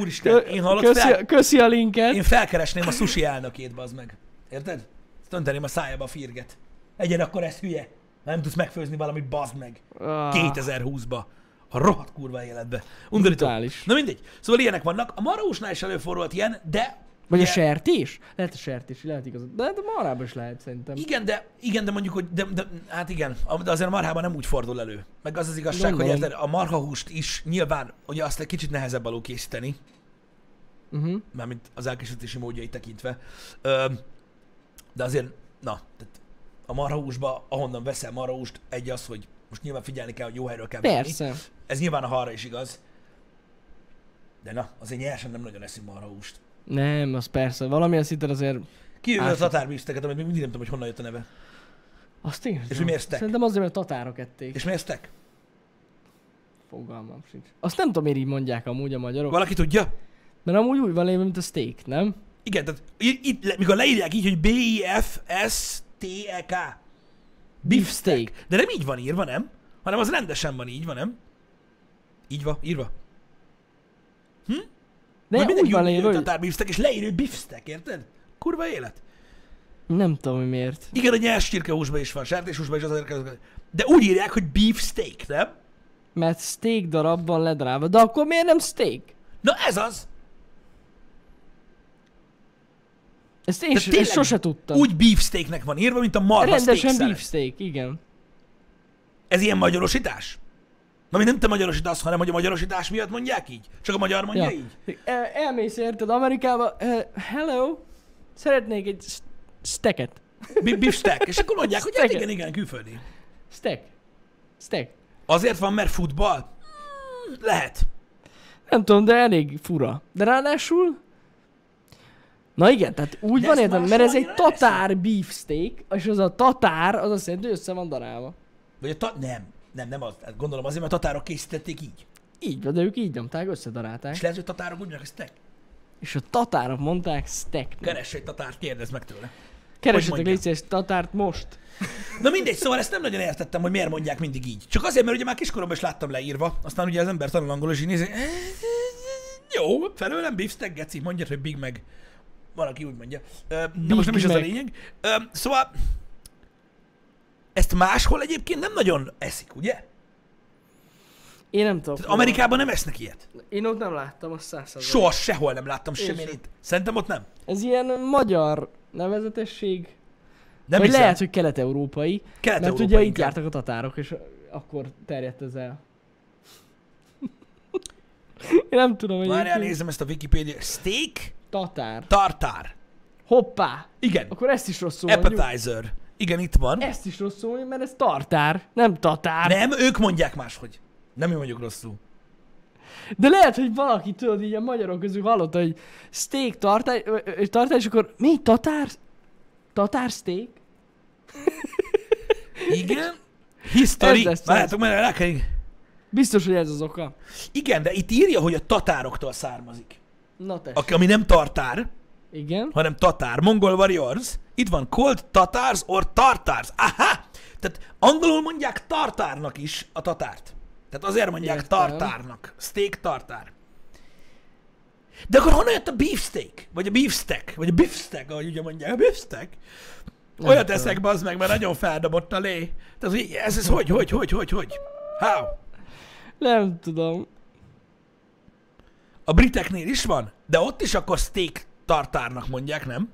Speaker 1: Úristen, én hallott fel,
Speaker 2: köszi, köszi a linket.
Speaker 1: Én felkeresném a sushi elnökét, bazd meg. Érted? Ezt önteném a szájába a firget. Egyen akkor ez hülye. Nem tudsz megfőzni valamit, bazd meg.
Speaker 2: Ah,
Speaker 1: 2020-ba. A rohadt kurva életbe. Undorító.
Speaker 2: Brutális.
Speaker 1: Na mindegy. Szóval ilyenek vannak. A marhúsnál is előfordult ilyen, de...
Speaker 2: Vagy a
Speaker 1: ugye-
Speaker 2: sertés? Lehet a sertés, lehet igazad. De, de marában is lehet szerintem.
Speaker 1: Igen, de, igen, de mondjuk, hogy de, de, hát igen, a- de azért a marhában nem úgy fordul elő. Meg az az igazság,
Speaker 2: Gondolom.
Speaker 1: hogy érted, a marhahúst is nyilván, ugye azt egy kicsit nehezebb alul készíteni,
Speaker 2: Uh-huh.
Speaker 1: mármint az elkészítési módjait tekintve. Ö, de azért, na, tehát a marhahúsba, ahonnan veszel marhahúst, egy az, hogy most nyilván figyelni kell, hogy jó helyről kell venni.
Speaker 2: Persze.
Speaker 1: Ez nyilván a halra is igaz. De na, azért nyersen nem nagyon eszünk marhahúst.
Speaker 2: Nem, az persze. Valamilyen szinten azért...
Speaker 1: Kijövő a
Speaker 2: Ásat.
Speaker 1: tatárbiszteket, amit még mindig nem tudom, hogy honnan jött a neve.
Speaker 2: Azt én
Speaker 1: És hogy miért sztek?
Speaker 2: Szerintem azért, mert tatárok ették. És...
Speaker 1: És miért sztek?
Speaker 2: Fogalmam sincs. Azt nem tudom, miért így mondják amúgy a magyarok. Val-
Speaker 1: Valaki tudja?
Speaker 2: mert amúgy úgy van lévő, mint a steak, nem?
Speaker 1: Igen, tehát i- itt, le- mikor leírják így, hogy B-I-F-S-T-E-K. Beef steak. E De nem így van írva, nem? Hanem az rendesen van így, van, nem? Így van, írva.
Speaker 2: De úgy van lévő, hogy...
Speaker 1: tatár beefsteak, és leírő beefsteak, érted? Kurva élet.
Speaker 2: Nem tudom, hogy miért.
Speaker 1: Igen, a nyers csirkehúsban is van, sertéshúsban is azért. De úgy írják, hogy beefsteak, nem?
Speaker 2: Mert steak darabban ledráva. De akkor miért nem steak?
Speaker 1: Na ez az.
Speaker 2: Ezt én,
Speaker 1: De
Speaker 2: s-
Speaker 1: tényleg
Speaker 2: ezt sose tudtam.
Speaker 1: Úgy beefsteaknek van írva, mint a marha
Speaker 2: Rendesen
Speaker 1: steak szele.
Speaker 2: beefsteak, igen.
Speaker 1: Ez ilyen magyarosítás? Na, mi nem te magyarosítasz, hanem hogy a magyarosítás miatt mondják így? Csak a magyar mondja
Speaker 2: Ja.
Speaker 1: így?
Speaker 2: El- Elmész érted Amerikába, uh, hello, szeretnék egy st- steket.
Speaker 1: Be- Beefsteak. És akkor mondják, hogy hát
Speaker 2: Steak.
Speaker 1: igen, igen, külföldi.
Speaker 2: Stek. Stek.
Speaker 1: Azért van, mert futball? Mm, Lehet.
Speaker 2: Nem tudom, de elég fura. De ráadásul... Na igen, tehát úgy
Speaker 1: De
Speaker 2: van
Speaker 1: ezt
Speaker 2: érted,
Speaker 1: más
Speaker 2: mert ez egy
Speaker 1: annyira
Speaker 2: tatár beefsteak, és az a tatár, az azt jelenti, hogy össze van darálva.
Speaker 1: Vagy a ta- nem, nem, nem az. Hát Gondolom azért, mert a tatárok készítették így.
Speaker 2: Így van, de ők így nyomták,
Speaker 1: És
Speaker 2: összedarálták.
Speaker 1: lehet, hogy tatárok úgy mondják, hogy
Speaker 2: És a tatárok mondták steknek.
Speaker 1: Keres egy tatárt, kérdezd meg tőle.
Speaker 2: Keresetek
Speaker 1: mondja?
Speaker 2: légy szíves tatárt most.
Speaker 1: Na mindegy, szóval ezt nem nagyon értettem, hogy miért mondják mindig így. Csak azért, mert ugye már kiskoromban is láttam leírva, aztán ugye az ember tanul angolul, és így nézi, "Eh, jó, felőlem beefsteak, geci, mondjad, hogy Big Mac. Valaki úgy mondja. Ö, De most nem is
Speaker 2: Big
Speaker 1: ez a
Speaker 2: Mac.
Speaker 1: lényeg. Ö, Szóval ezt máshol egyébként nem nagyon eszik, ugye?
Speaker 2: Én nem tudom.
Speaker 1: Tehát Amerikában nem esznek ilyet.
Speaker 2: Én ott nem láttam, azt százszerzal.
Speaker 1: Soha sehol nem láttam semmilyen
Speaker 2: sem.
Speaker 1: itt. Szerintem ott nem.
Speaker 2: Ez ilyen magyar nevezetesség.
Speaker 1: Nem
Speaker 2: Vagy
Speaker 1: hiszem.
Speaker 2: lehet, hogy kelet-európai. Mert
Speaker 1: Kelet-európai
Speaker 2: ugye itt
Speaker 1: inkább.
Speaker 2: jártak a tatárok, és akkor terjedt ez el. Én nem tudom, hogy
Speaker 1: Várjál,
Speaker 2: egyébként
Speaker 1: nézem ezt a Wikipédia. Steak,
Speaker 2: tatár.
Speaker 1: tartár.
Speaker 2: Hoppá!
Speaker 1: Igen.
Speaker 2: Akkor ezt is rosszul mondjuk.
Speaker 1: Appetizer. Igen, itt van.
Speaker 2: Ezt is rosszul mondjuk, mert ez tartár, nem tatár.
Speaker 1: Nem, ők mondják máshogy. Nem mi mondjuk rosszul.
Speaker 2: De lehet, hogy valaki tudod, így a magyarok közül hallotta, hogy steak tartár, ö, ö, ö, tartár, és akkor mi? Tatár? Tatár steak?
Speaker 1: Igen. History.
Speaker 2: Ez lesz,
Speaker 1: Várjátok, mert rá kell...
Speaker 2: Biztos, hogy ez az oka.
Speaker 1: Igen, de itt írja, hogy a tatároktól származik.
Speaker 2: Na tess.
Speaker 1: Aki, ami nem tartár,
Speaker 2: Igen.
Speaker 1: hanem tatár. Mongol warriors. Itt van cold tatars or tartars. Aha! Tehát angolul mondják tartárnak is a tatárt. Tehát azért mondják
Speaker 2: Értem.
Speaker 1: tartárnak. Steak tartár. De akkor honnan jött a beefsteak? Vagy a beefsteak? Vagy a beefsteak, ahogy ugye mondják. A beefsteak?
Speaker 2: Nem
Speaker 1: Olyat
Speaker 2: tudom.
Speaker 1: eszek, bazd meg, mert nagyon feldobott a lé. Tehát hogy ez, ez hogy, hogy, hogy, hogy, hogy? How?
Speaker 2: Nem tudom.
Speaker 1: A briteknél is van, de ott is akkor steak tartárnak mondják, nem?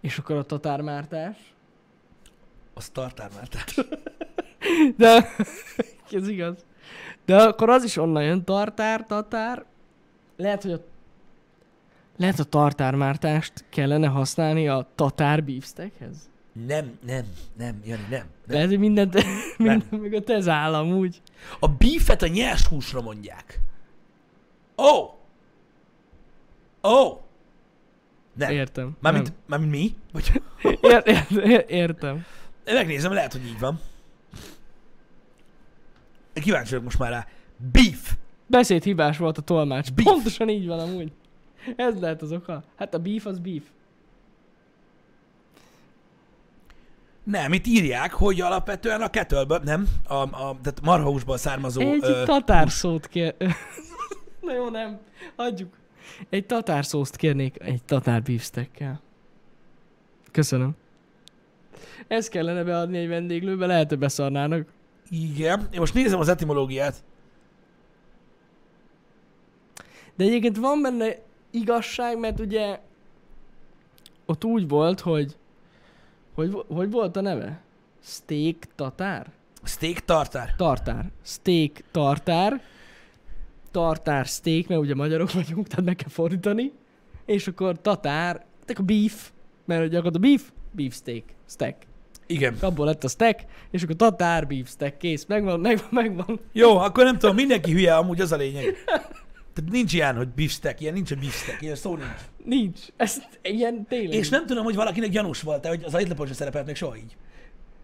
Speaker 2: És akkor a tatármártás.
Speaker 1: Az tartármártás.
Speaker 2: De ez igaz. De akkor az is onnan jön, tartár, tatár. Lehet, hogy a lehet a tartármártást kellene használni a tatár beefsteakhez?
Speaker 1: Nem, nem, nem, Jani, nem. nem.
Speaker 2: Lehet, hogy mindent, minden mögött ez áll amúgy.
Speaker 1: A beefet a nyers húsra mondják. Ó! Oh! Ó! Oh! Nem.
Speaker 2: Értem.
Speaker 1: Mármint, mármint mi? Vagy...
Speaker 2: Nem. Ér, ér, ér, értem.
Speaker 1: Én Megnézem, lehet, hogy így van. Kíváncsi vagyok most már rá. Beef!
Speaker 2: Beszéd hibás volt a tolmács.
Speaker 1: Beef.
Speaker 2: Beef. Pontosan így van amúgy. Ez lehet az oka. Hát a beef az beef.
Speaker 1: Nem, itt írják, hogy alapvetően a kettlebell, nem, a, a, tehát marhahúsból származó...
Speaker 2: Egy
Speaker 1: ö,
Speaker 2: tatár szót kér... Na jó, nem. Hagyjuk. Egy tatár szószt kérnék egy tatár beefsteckkel. Köszönöm. Ezt kellene beadni egy vendéglőbe, lehet, hogy beszarnának.
Speaker 1: Igen, én most nézem az etimológiát.
Speaker 2: De egyébként van benne igazság, mert ugye ott úgy volt, hogy hogy, vo- hogy volt a neve? Steak tatár?
Speaker 1: Steak tartár.
Speaker 2: Tartár. Steak tartár. Tartár steak, mert ugye magyarok vagyunk, tehát meg kell fordítani. És akkor tatár, tehát a beef, mert ugye akkor a beef, beef steak, steak.
Speaker 1: Igen.
Speaker 2: Abból lett a steak, és akkor tatár beef steak, kész, megvan, megvan, megvan.
Speaker 1: Jó, akkor nem tudom, mindenki hülye, amúgy az a lényeg. Tehát nincs ilyen, hogy beefsteak, ilyen nincs a beefsteak, ilyen szó nincs.
Speaker 2: Nincs. Ez ilyen tényleg.
Speaker 1: És nem tudom, hogy valakinek gyanús volt-e, hogy az ajtlapon sem szerepelt még soha így.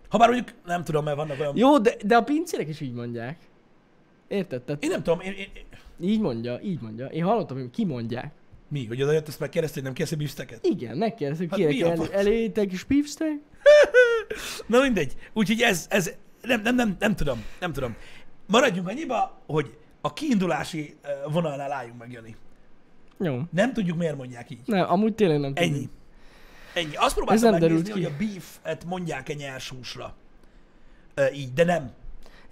Speaker 1: Habár mondjuk nem tudom, mert vannak olyan...
Speaker 2: Jó, de, de a pincérek is így mondják. Érted? Tehát
Speaker 1: Én nem tudom, én, én, én-
Speaker 2: így mondja, így mondja. Én hallottam, hogy kimondják.
Speaker 1: mi, hogy oda jött, azt megkérdezte, hogy nem kész a beefsteaket?
Speaker 2: Igen, megkérdeztük,
Speaker 1: Hát
Speaker 2: hát
Speaker 1: mi
Speaker 2: kérek
Speaker 1: a
Speaker 2: el,
Speaker 1: fasz?
Speaker 2: elétek is beefsteak?
Speaker 1: Na mindegy. Úgyhogy ez, ez nem, nem, nem, nem tudom, nem tudom. Maradjunk annyiba, hogy a kiindulási ö, vonalnál álljunk meg, Jani.
Speaker 2: Jó.
Speaker 1: Nem tudjuk, miért mondják így.
Speaker 2: Nem, amúgy tényleg nem tudom.
Speaker 1: Ennyi. Ennyi. Azt próbáltam
Speaker 2: nem derült
Speaker 1: megnézni, hogy
Speaker 2: ki.
Speaker 1: a beef-et mondják-e nyers húsra. Ö, így, de nem.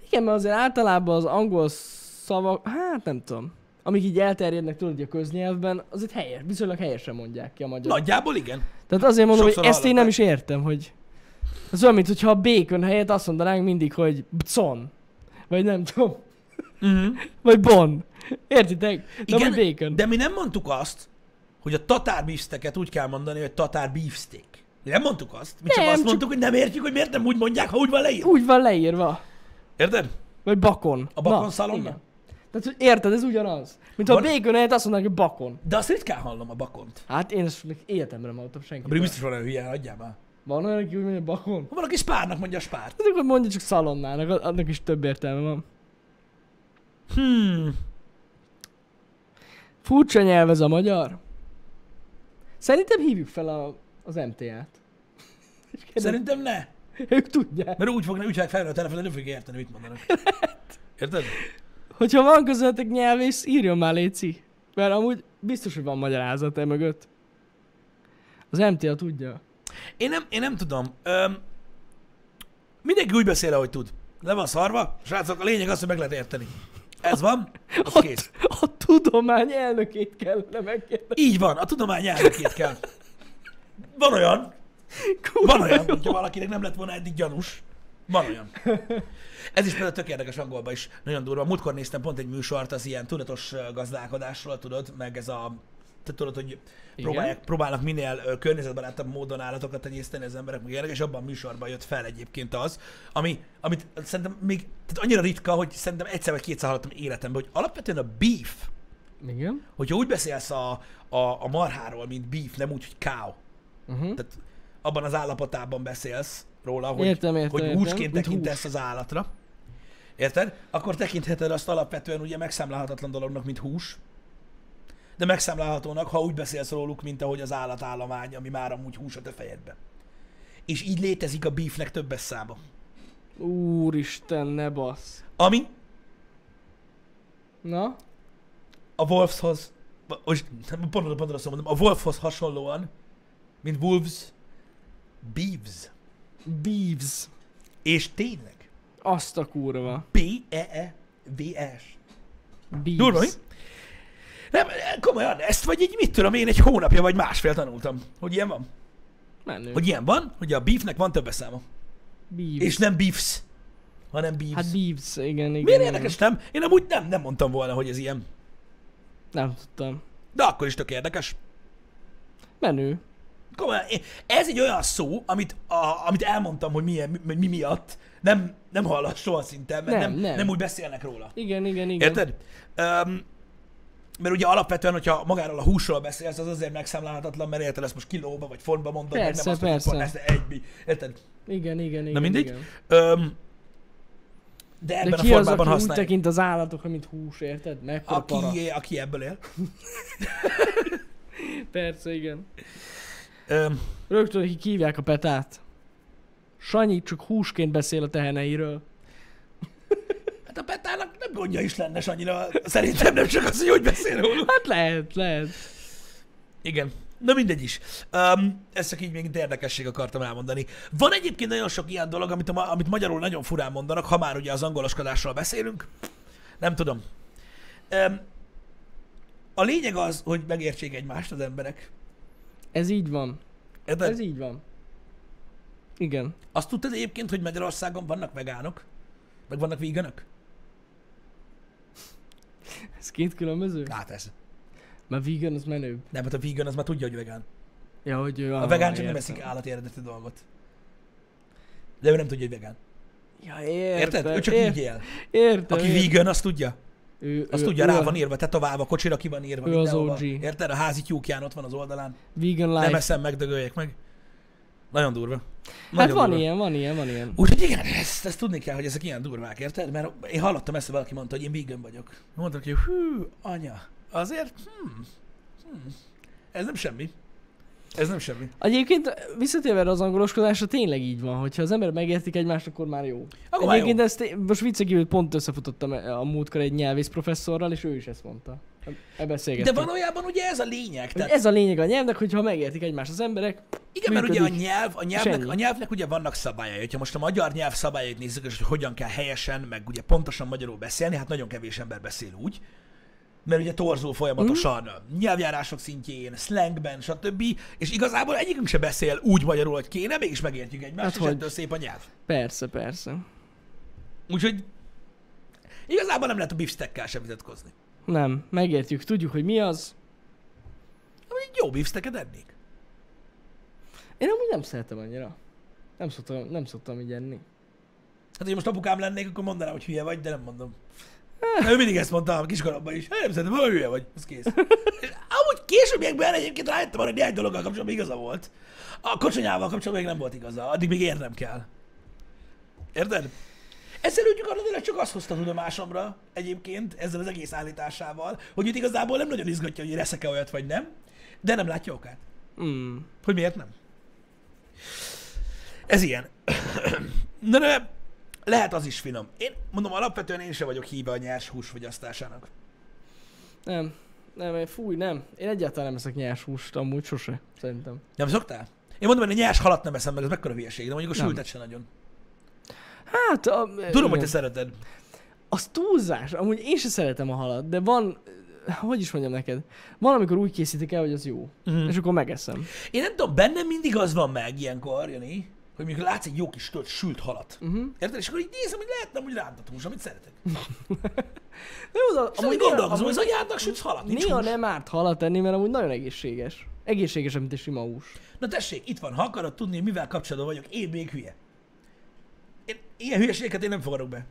Speaker 2: Igen, mert azért általában az angol szavak, hát nem tudom, amik így elterjednek tudod így a köznyelvben, az itt helyes, viszonylag helyesen mondják ki a magyar.
Speaker 1: Nagyjából igen.
Speaker 2: Tehát azért mondom, hogy
Speaker 1: Sokszor
Speaker 2: ezt én nem is értem, hogy az olyan, mintha a békön helyett azt mondanánk mindig, hogy bcon, vagy nem tudom, Mhm.
Speaker 1: Uh-huh.
Speaker 2: vagy bon. Értitek? Na,
Speaker 1: igen
Speaker 2: vagy békön.
Speaker 1: de mi nem mondtuk azt, hogy a tatár beefsteket úgy kell mondani, hogy tatár beefsteak. Mi nem mondtuk azt. Mi csak
Speaker 2: Nem,
Speaker 1: azt
Speaker 2: csak-
Speaker 1: mondtuk, hogy nem értjük, hogy miért nem úgy mondják, ha úgy van leírva.
Speaker 2: Úgy van leírva.
Speaker 1: Érted?
Speaker 2: Vagy bakon.
Speaker 1: A bakon
Speaker 2: Na,
Speaker 1: szalonna?
Speaker 2: igen. Tehát, hogy érted, ez ugyanaz. Mint ha
Speaker 1: Van-
Speaker 2: a békön helyett azt mondanánk, hogy bakon.
Speaker 1: De azt ritkán hallom a bakont.
Speaker 2: Hát én ezt még életemre nem hallottam
Speaker 1: Pedig
Speaker 2: senki.
Speaker 1: biztos van olyan hülye, adjál már.
Speaker 2: Van olyan, aki úgy mondja bakon?
Speaker 1: Ha valaki spárnak mondja a spárt.
Speaker 2: Hát akkor mondja csak szalonnának, a- annak is több értelme van.
Speaker 1: Hmm.
Speaker 2: Furcsa nyelv ez a magyar. Szerintem hívjuk fel a, az MTA-t. És kérdez-
Speaker 1: Szerintem ne.
Speaker 2: Ők tudják.
Speaker 1: Mert úgy fognak, úgy fogják felvenni a telefon, nem fogják érteni, mit mondanak. Érted?
Speaker 2: Hogyha van közöttek nyelvész, írjon már Léci. Mert amúgy biztos, hogy van magyarázat e mögött. Az MTA tudja.
Speaker 1: Én nem, én nem tudom. Öm, mindenki úgy beszél, ahogy tud. Le van szarva. Srácok, a lényeg az, hogy meg lehet érteni. Ez van, az kész.
Speaker 2: A tudomány elnökét kellene megkérdezni.
Speaker 1: Így van, a tudomány elnökét kell. Van olyan, van olyan, hogyha valakinek nem lett volna eddig gyanús. Van olyan. Ez is például tök érdekes angolban is, nagyon durva. Múltkor néztem pont egy műsort, az ilyen tudatos ö, gazdálkodásról, tudod, meg ez a te tudod, hogy próbálják, próbálnak minél ö, környezetbarátabb módon állatokat tenyészteni az emberek, meg ilyenek, és abban a műsorban jött fel egyébként az, ami, amit szerintem még tehát annyira ritka, hogy szerintem egyszer vagy kétszer hallottam életemben, hogy alapvetően a beef,
Speaker 2: Igen.
Speaker 1: hogyha úgy beszélsz a, a, a marháról, mint beef, nem úgy, hogy cow,
Speaker 2: Uh-huh.
Speaker 1: tehát abban az állapotában beszélsz róla, hogy,
Speaker 2: Értem, értem,
Speaker 1: hogy
Speaker 2: értem.
Speaker 1: húsként
Speaker 2: Mint
Speaker 1: tekintesz az állatra. Érted? Akkor tekintheted azt alapvetően ugye megszámlálhatatlan dolognak, mint hús. De megszámlálhatónak, ha úgy beszélsz róluk, mint ahogy az állatállomány, ami már amúgy hús a te fejedbe. És így létezik a beefnek többes száma.
Speaker 2: Úristen, ne bassz.
Speaker 1: Ami
Speaker 2: Na?
Speaker 1: a Wolveshoz, vagy- most nem, pont, pont azt mondom, a Wolfhoz hasonlóan, mint Wolves, Beeves.
Speaker 2: Beeves.
Speaker 1: És tényleg, E
Speaker 2: Azt a kurva.
Speaker 1: B-E-E-V-S.
Speaker 2: Beeves.
Speaker 1: Durva, mi? Nem, komolyan, ezt vagy így, mit tudom én, egy hónapja vagy másfél tanultam, hogy ilyen van.
Speaker 2: Menő.
Speaker 1: Hogy ilyen van, hogy a beefnek van több száma.
Speaker 2: Beeves.
Speaker 1: És nem beefs, hanem beefs.
Speaker 2: Hát Beeves, igen, igen.
Speaker 1: Miért
Speaker 2: igen.
Speaker 1: érdekes, nem? Én amúgy nem, nem mondtam volna, hogy ez ilyen.
Speaker 2: Nem tudtam.
Speaker 1: De akkor is tök érdekes.
Speaker 2: Menő.
Speaker 1: Komolyan, én- ez egy olyan szó, amit, a, amit elmondtam, hogy milyen, mi, mi miatt nem, nem hallasz soha szinte, mert nem,
Speaker 2: Nem,
Speaker 1: nem, nem.
Speaker 2: nem.
Speaker 1: nem úgy beszélnek róla.
Speaker 2: Igen, igen, igen.
Speaker 1: Érted? Um, mert ugye alapvetően, hogyha magáról a húsról beszélsz, az azért megszámlálhatatlan, mert érted, ezt most kilóba vagy fontba mondod, meg
Speaker 2: Persze,
Speaker 1: nem azt, hogy
Speaker 2: persze.
Speaker 1: akkor ezt egybi. Érted?
Speaker 2: Igen, igen, igen.
Speaker 1: Na mindegy.
Speaker 2: Igen.
Speaker 1: Um, de
Speaker 2: De
Speaker 1: ebben
Speaker 2: ki
Speaker 1: a
Speaker 2: az,
Speaker 1: formában
Speaker 2: aki úgy
Speaker 1: használják.
Speaker 2: tekint az állatokra, mint hús, érted? Mekkora Aki... para.
Speaker 1: Aki, aki ebből él.
Speaker 2: Persze, igen.
Speaker 1: Um,
Speaker 2: Rögtön akik hívják a petát. Sanyi csak húsként beszél a teheneiről.
Speaker 1: hát a Petának nem gondja is lenne annyira. Szerintem nem csak az, hogy úgy beszél róluk.
Speaker 2: Hát lehet, lehet.
Speaker 1: Igen. Na mindegy is. Um, ezt csak így még mint érdekesség akartam elmondani. Van egyébként nagyon sok ilyen dolog, amit, a ma, amit magyarul nagyon furán mondanak, ha már ugye az angoloskodásról beszélünk. Nem tudom. Um, a lényeg az, hogy megértsék egymást az emberek.
Speaker 2: Ez így van.
Speaker 1: Érted?
Speaker 2: Ez így van. Igen.
Speaker 1: Azt tudtad egyébként, hogy Magyarországon vannak vegánok? Meg vannak víganok?
Speaker 2: Ez két különböző?
Speaker 1: Hát ez.
Speaker 2: Mert vegan az menőbb.
Speaker 1: Nem, hát a vegan az már tudja, hogy vegán.
Speaker 2: Ja, hogy ő,
Speaker 1: A vegán csak nem eszik állati eredetű dolgot. De ő nem tudja, hogy vegán.
Speaker 2: Ja, értem.
Speaker 1: Érted? Ő csak így él.
Speaker 2: Értem.
Speaker 1: Aki
Speaker 2: értem.
Speaker 1: vegan, azt tudja.
Speaker 2: Ő,
Speaker 1: Azt
Speaker 2: ő,
Speaker 1: tudja,
Speaker 2: ő
Speaker 1: rá
Speaker 2: a
Speaker 1: van írva, tetoválva, kocsira ki van írva,
Speaker 2: ő az
Speaker 1: mindenhova.
Speaker 2: OG.
Speaker 1: Érted? A házi tyúkján ott van az oldalán.
Speaker 2: Vegan life.
Speaker 1: Nem eszem, megdögöljék meg. Nagyon durva.
Speaker 2: hát
Speaker 1: Nagyon
Speaker 2: van
Speaker 1: durva.
Speaker 2: ilyen, van ilyen, van ilyen.
Speaker 1: Úgyhogy igen, ezt, ezt tudni kell, hogy ezek ilyen durvák, érted? Mert én hallottam ezt, hogy valaki mondta, hogy én vegan vagyok. Mondtam hogy hű, anya, azért, hmm, hmm, ez nem semmi. Ez nem semmi.
Speaker 2: Egyébként visszatérve az angoloskodásra tényleg így van, hogyha az ember megértik egymást, akkor már jó.
Speaker 1: Akkor már jó.
Speaker 2: Egyébként ezt én- most viccen kívül pont összefutottam e- a múltkor egy nyelvész professzorral, és ő is ezt mondta. E
Speaker 1: De
Speaker 2: beszélgettünk.
Speaker 1: valójában ugye ez a lényeg.
Speaker 2: Hogy
Speaker 1: Tehát
Speaker 2: Ez a lényeg a nyelvnek, hogyha megértik egymást az emberek,
Speaker 1: Igen, mert ugye a
Speaker 2: működik.
Speaker 1: nyelv, a nyelvnek,
Speaker 2: ennyi.
Speaker 1: a nyelvnek ugye vannak szabályai. Hogyha most a magyar nyelv szabályait nézzük, és hogy hogyan kell helyesen, meg ugye pontosan magyarul beszélni, hát nagyon kevés ember beszél úgy, mert ugye torzul folyamatosan mm. nyelvjárások szintjén, slangben, stb. És igazából egyikünk se beszél úgy magyarul, hogy kéne, mégis megértjük egymást,
Speaker 2: Hát
Speaker 1: hát és
Speaker 2: hogy?
Speaker 1: ettől szép a nyelv.
Speaker 2: persze, persze.
Speaker 1: Úgyhogy igazából nem lehet a bifstekkel sem vitatkozni.
Speaker 2: Nem, megértjük, tudjuk, hogy mi az.
Speaker 1: Ami egy jó bifsteket ennék.
Speaker 2: Én amúgy nem szeretem annyira. Nem szoktam, nem szoktam így enni.
Speaker 1: Hát, hogy most apukám lennék, akkor mondanám, hogy hülye vagy, de nem mondom. Na, ő mindig ezt mondta a kiskoromban is. Hát, Nem szeretem, hogy hülye vagy. Ez kész. És amúgy későbbiekben egyébként rájöttem arra, hogy néhány dologgal kapcsolatban igaza volt. A kocsonyával kapcsolatban még nem volt igaza. Addig még érnem kell. Érted? Ezzel úgy gyakorlatilag csak azt hozta tudomásomra egyébként ezzel az egész állításával, hogy itt igazából nem nagyon izgatja, hogy én eszek-e olyat vagy nem, de nem látja okát.
Speaker 2: Mm.
Speaker 1: Hogy miért nem? Ez ilyen. Na, de lehet az is finom. Én mondom, alapvetően én sem vagyok híve a nyers hús fogyasztásának.
Speaker 2: Nem, nem, én- fúj, nem. Én egyáltalán nem eszek nyers húst, amúgy sose, szerintem.
Speaker 1: Nem szoktál? Én mondom, hogy a nyers halat nem eszem meg, ez mekkora hülyeség, de mondjuk a
Speaker 2: Nem.
Speaker 1: sültet sem nagyon.
Speaker 2: Hát, a,
Speaker 1: Tudom,
Speaker 2: igen.
Speaker 1: hogy te szereted.
Speaker 2: Az túlzás, amúgy én se szeretem a halat, de van, hogy is mondjam neked, van, amikor úgy készítik el, hogy az jó,
Speaker 1: Mhm.
Speaker 2: mm. és akkor megeszem.
Speaker 1: Én nem tudom, bennem mindig az van meg ilyenkor, Jani, hogy mikor látsz egy jó kis tölt sült halat.
Speaker 2: Uh-huh.
Speaker 1: Érted? És akkor így nézem, hogy lehetne úgy rántott hús, amit szeretek.
Speaker 2: De jó,
Speaker 1: És
Speaker 2: de
Speaker 1: amúgy
Speaker 2: Szóval néha-
Speaker 1: gondolkozom, hogy
Speaker 2: amúgy
Speaker 1: az anyádnak sütsz halat, nincs
Speaker 2: Néha
Speaker 1: hús.
Speaker 2: nem árt halat enni, mert amúgy nagyon egészséges. Egészségesebb, mint egy sima hús.
Speaker 1: Na tessék, itt van, ha akarod tudni, hogy mivel kapcsolatban vagyok, én még hülye. Én, ilyen hülyeségeket én nem fogadok be.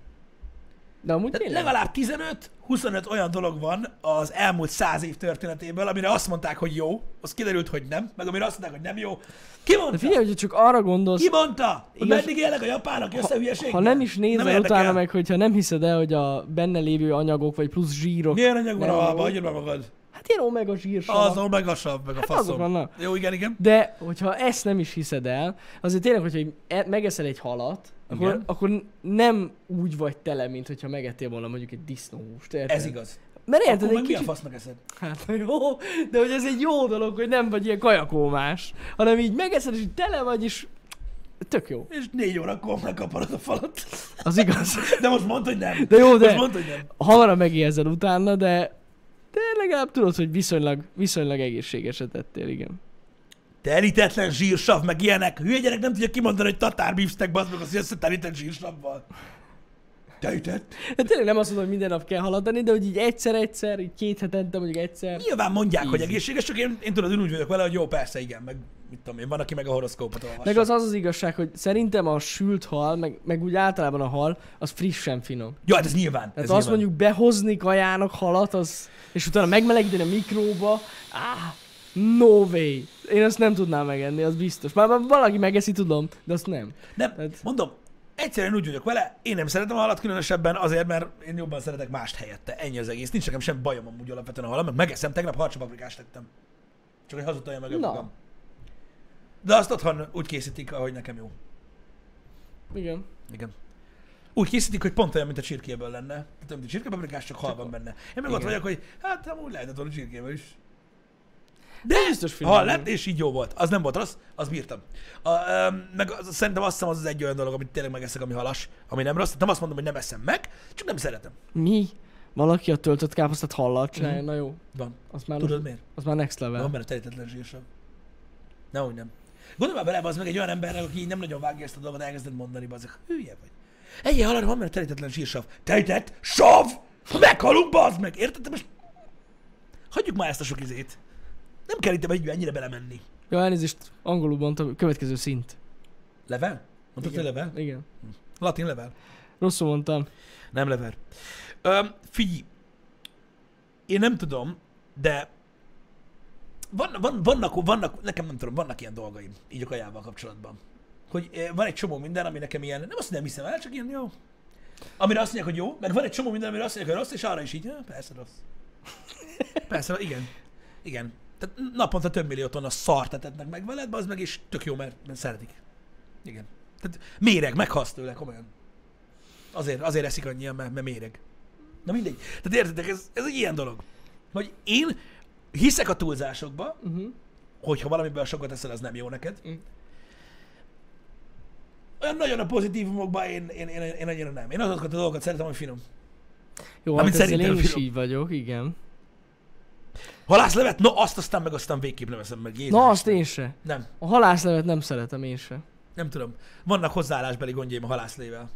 Speaker 2: De amúgy
Speaker 1: Tehát
Speaker 2: tényleg.
Speaker 1: legalább 15-25 olyan dolog van az elmúlt 100 év történetéből, amire azt mondták, hogy jó, az kiderült, hogy nem, meg amire azt mondták, hogy nem jó. Ki
Speaker 2: De
Speaker 1: mondta?
Speaker 2: figyelj, hogyha csak arra
Speaker 1: Ki
Speaker 2: gondolsz,
Speaker 1: mondta? Hogy
Speaker 2: Igaz-
Speaker 1: meddig élnek a japánok összehülyeségben?
Speaker 2: ha nem is nézel
Speaker 1: érdekel.
Speaker 2: utána meg, hogyha nem hiszed el, hogy a benne lévő anyagok, vagy plusz zsírok,
Speaker 1: Milyen anyag van a
Speaker 2: Nem
Speaker 1: halba?
Speaker 2: jó.
Speaker 1: Adjad meg magad.
Speaker 2: hát ilyen omega zsírsav.
Speaker 1: Az omega sav, meg a
Speaker 2: Hát azok
Speaker 1: faszom.
Speaker 2: vannak.
Speaker 1: Jó, igen, igen.
Speaker 2: De, hogyha ezt nem is hiszed el, azért tényleg, hogyha e- megeszel egy halat, akkor,
Speaker 1: Igen.
Speaker 2: akkor nem úgy vagy tele, mint hogyha megettél volna mondjuk egy disznóhúst, érted?
Speaker 1: Ez igaz.
Speaker 2: Mert érted,
Speaker 1: Akkor
Speaker 2: egy
Speaker 1: meg mi a
Speaker 2: kicsit...
Speaker 1: fasznak eszed?
Speaker 2: Hát na jó, de hogy ez egy jó dolog, hogy nem vagy ilyen kajakómás, hanem így megeszed, és így tele vagy, és tök jó.
Speaker 1: És négy órakor megkaparod a falat.
Speaker 2: Az igaz.
Speaker 1: De most mondd, hogy nem.
Speaker 2: De jó,
Speaker 1: Most
Speaker 2: de
Speaker 1: mondd, hogy nem.
Speaker 2: hamarabb megijedzel utána, de, de legalább tudod, hogy viszonylag, viszonylag egészségeset ettél, igen.
Speaker 1: Terítetlen zsírsav, meg ilyenek. Hülye gyerek nem tudja kimondani, hogy tatár beefsteak, bazd meg, az összeterített zsírsavval. Terített?
Speaker 2: Hát tényleg nem azt mondom, hogy minden nap kell haladni, de hogy így egyszer-egyszer, így két hetente mondjuk egyszer.
Speaker 1: Nyilván mondják, hogy
Speaker 2: Easy.
Speaker 1: egészséges, csak én, én tudod, én úgy vagyok vele, hogy jó, persze, igen, meg mit tudom én, van, aki meg a horoszkópot olvassa.
Speaker 2: Meg az az az igazság, hogy szerintem a sült hal, meg, meg úgy általában a hal, az frissen finom.
Speaker 1: Jó, hát ez nyilván.
Speaker 2: Tehát
Speaker 1: Ez
Speaker 2: azt
Speaker 1: nyilván.
Speaker 2: mondjuk behozni kajának halat, az, és utána megmelegíteni a mikróba, áh, no way. Én azt nem tudnám megenni, az biztos. Már már valaki megeszi, tudom, de azt nem.
Speaker 1: Nem,
Speaker 2: Tehát-
Speaker 1: mondom, egyszerűen úgy vagyok vele, én nem szeretem a halat különösebben, azért, mert én jobban szeretek mást helyette. Ennyi az egész. Nincs nekem sem bajom amúgy alapvetően a halam, meg megeszem, tegnap harcsapaprikást tettem. Csak hogy hazudtaljam meg
Speaker 2: Na.
Speaker 1: magam. De azt otthon úgy készítik, ahogy nekem jó.
Speaker 2: Igen.
Speaker 1: Igen. Úgy készítik, hogy pont olyan, mint a csirkéből lenne. Tehát, mint a csirkepaprikás, csak hal van benne. Én meg ott
Speaker 2: Igen.
Speaker 1: vagyok, hogy hát amúgy lehetett volna csirkéből is. De
Speaker 2: biztos finom
Speaker 1: ha
Speaker 2: volt.
Speaker 1: lett, és így jó volt. Az nem volt rossz, az bírtam. A, öm, meg az, szerintem azt hiszem az az egy olyan dolog, amit tényleg megeszek, ami halas, ami nem rossz. Nem azt mondom, hogy nem eszem meg, csak nem szeretem.
Speaker 2: Mi? Valaki a töltött káposztát hallal csinálja? Na jó,
Speaker 1: Van.
Speaker 2: az már,
Speaker 1: Mhm. Tudod miért?
Speaker 2: az már next level.
Speaker 1: Van benne terítetlen zsírsav. Na, úgy nem. Gondolj már bele, az meg egy olyan embernek, aki így nem nagyon vágja ezt a dolgot, elkezded mondani, bazeg. Hülye vagy. Egy halad, van benne terítetlen zsírsav. Terített sav! Meghalunk, bazd meg! Érted? Most... Hagyjuk már ezt a sok izét. Nem kell itt ebbe ennyire belemenni.
Speaker 2: Jó, elnézést, angolul mondtam, következő szint.
Speaker 1: Level? Mondtad, hogy level?
Speaker 2: Igen.
Speaker 1: Latin level.
Speaker 2: Rosszul mondtam.
Speaker 1: Nem lever. Öm, figyelj, én nem tudom, de van, van, vannak, vannak, nekem nem tudom, vannak ilyen dolgaim, így a kajával kapcsolatban. Hogy eh, van egy csomó minden, ami nekem ilyen, nem azt nem hiszem el, csak ilyen jó. Amire azt mondják, hogy jó, meg van egy csomó minden, amire azt mondják, hogy rossz, és arra is így, "Ja, persze rossz. Persze, igen. Igen. Tehát naponta több millió tonna szart etetnek meg veled, az meg is tök jó, mert, mert szeretik. Igen. Tehát méreg, meghalsz tőle, komolyan. Azért, azért eszik annyian, mert, mert méreg. Na mindegy. Tehát értitek, ez, ez egy ilyen dolog. Hogy én hiszek a túlzásokba,
Speaker 2: Uh-huh.
Speaker 1: hogyha valamiből sokat eszel, az nem jó neked.
Speaker 2: Mm.
Speaker 1: Olyan nagyon a pozitívumokban én, én, én, én annyira nem. Én azokat a dolgokat szeretem, ami finom.
Speaker 2: Jó,
Speaker 1: Amit
Speaker 2: hát ezzel
Speaker 1: szerintem
Speaker 2: én is
Speaker 1: finom.
Speaker 2: így vagyok, igen.
Speaker 1: Halászlevet? No, azt aztán meg aztán végképp nem eszem meg. Jézus
Speaker 2: Na azt
Speaker 1: Isten.
Speaker 2: én se.
Speaker 1: Nem,
Speaker 2: A halászlevet nem szeretem én se.
Speaker 1: nem tudom. Vannak hozzáállásbeli gondjaim a halászlével.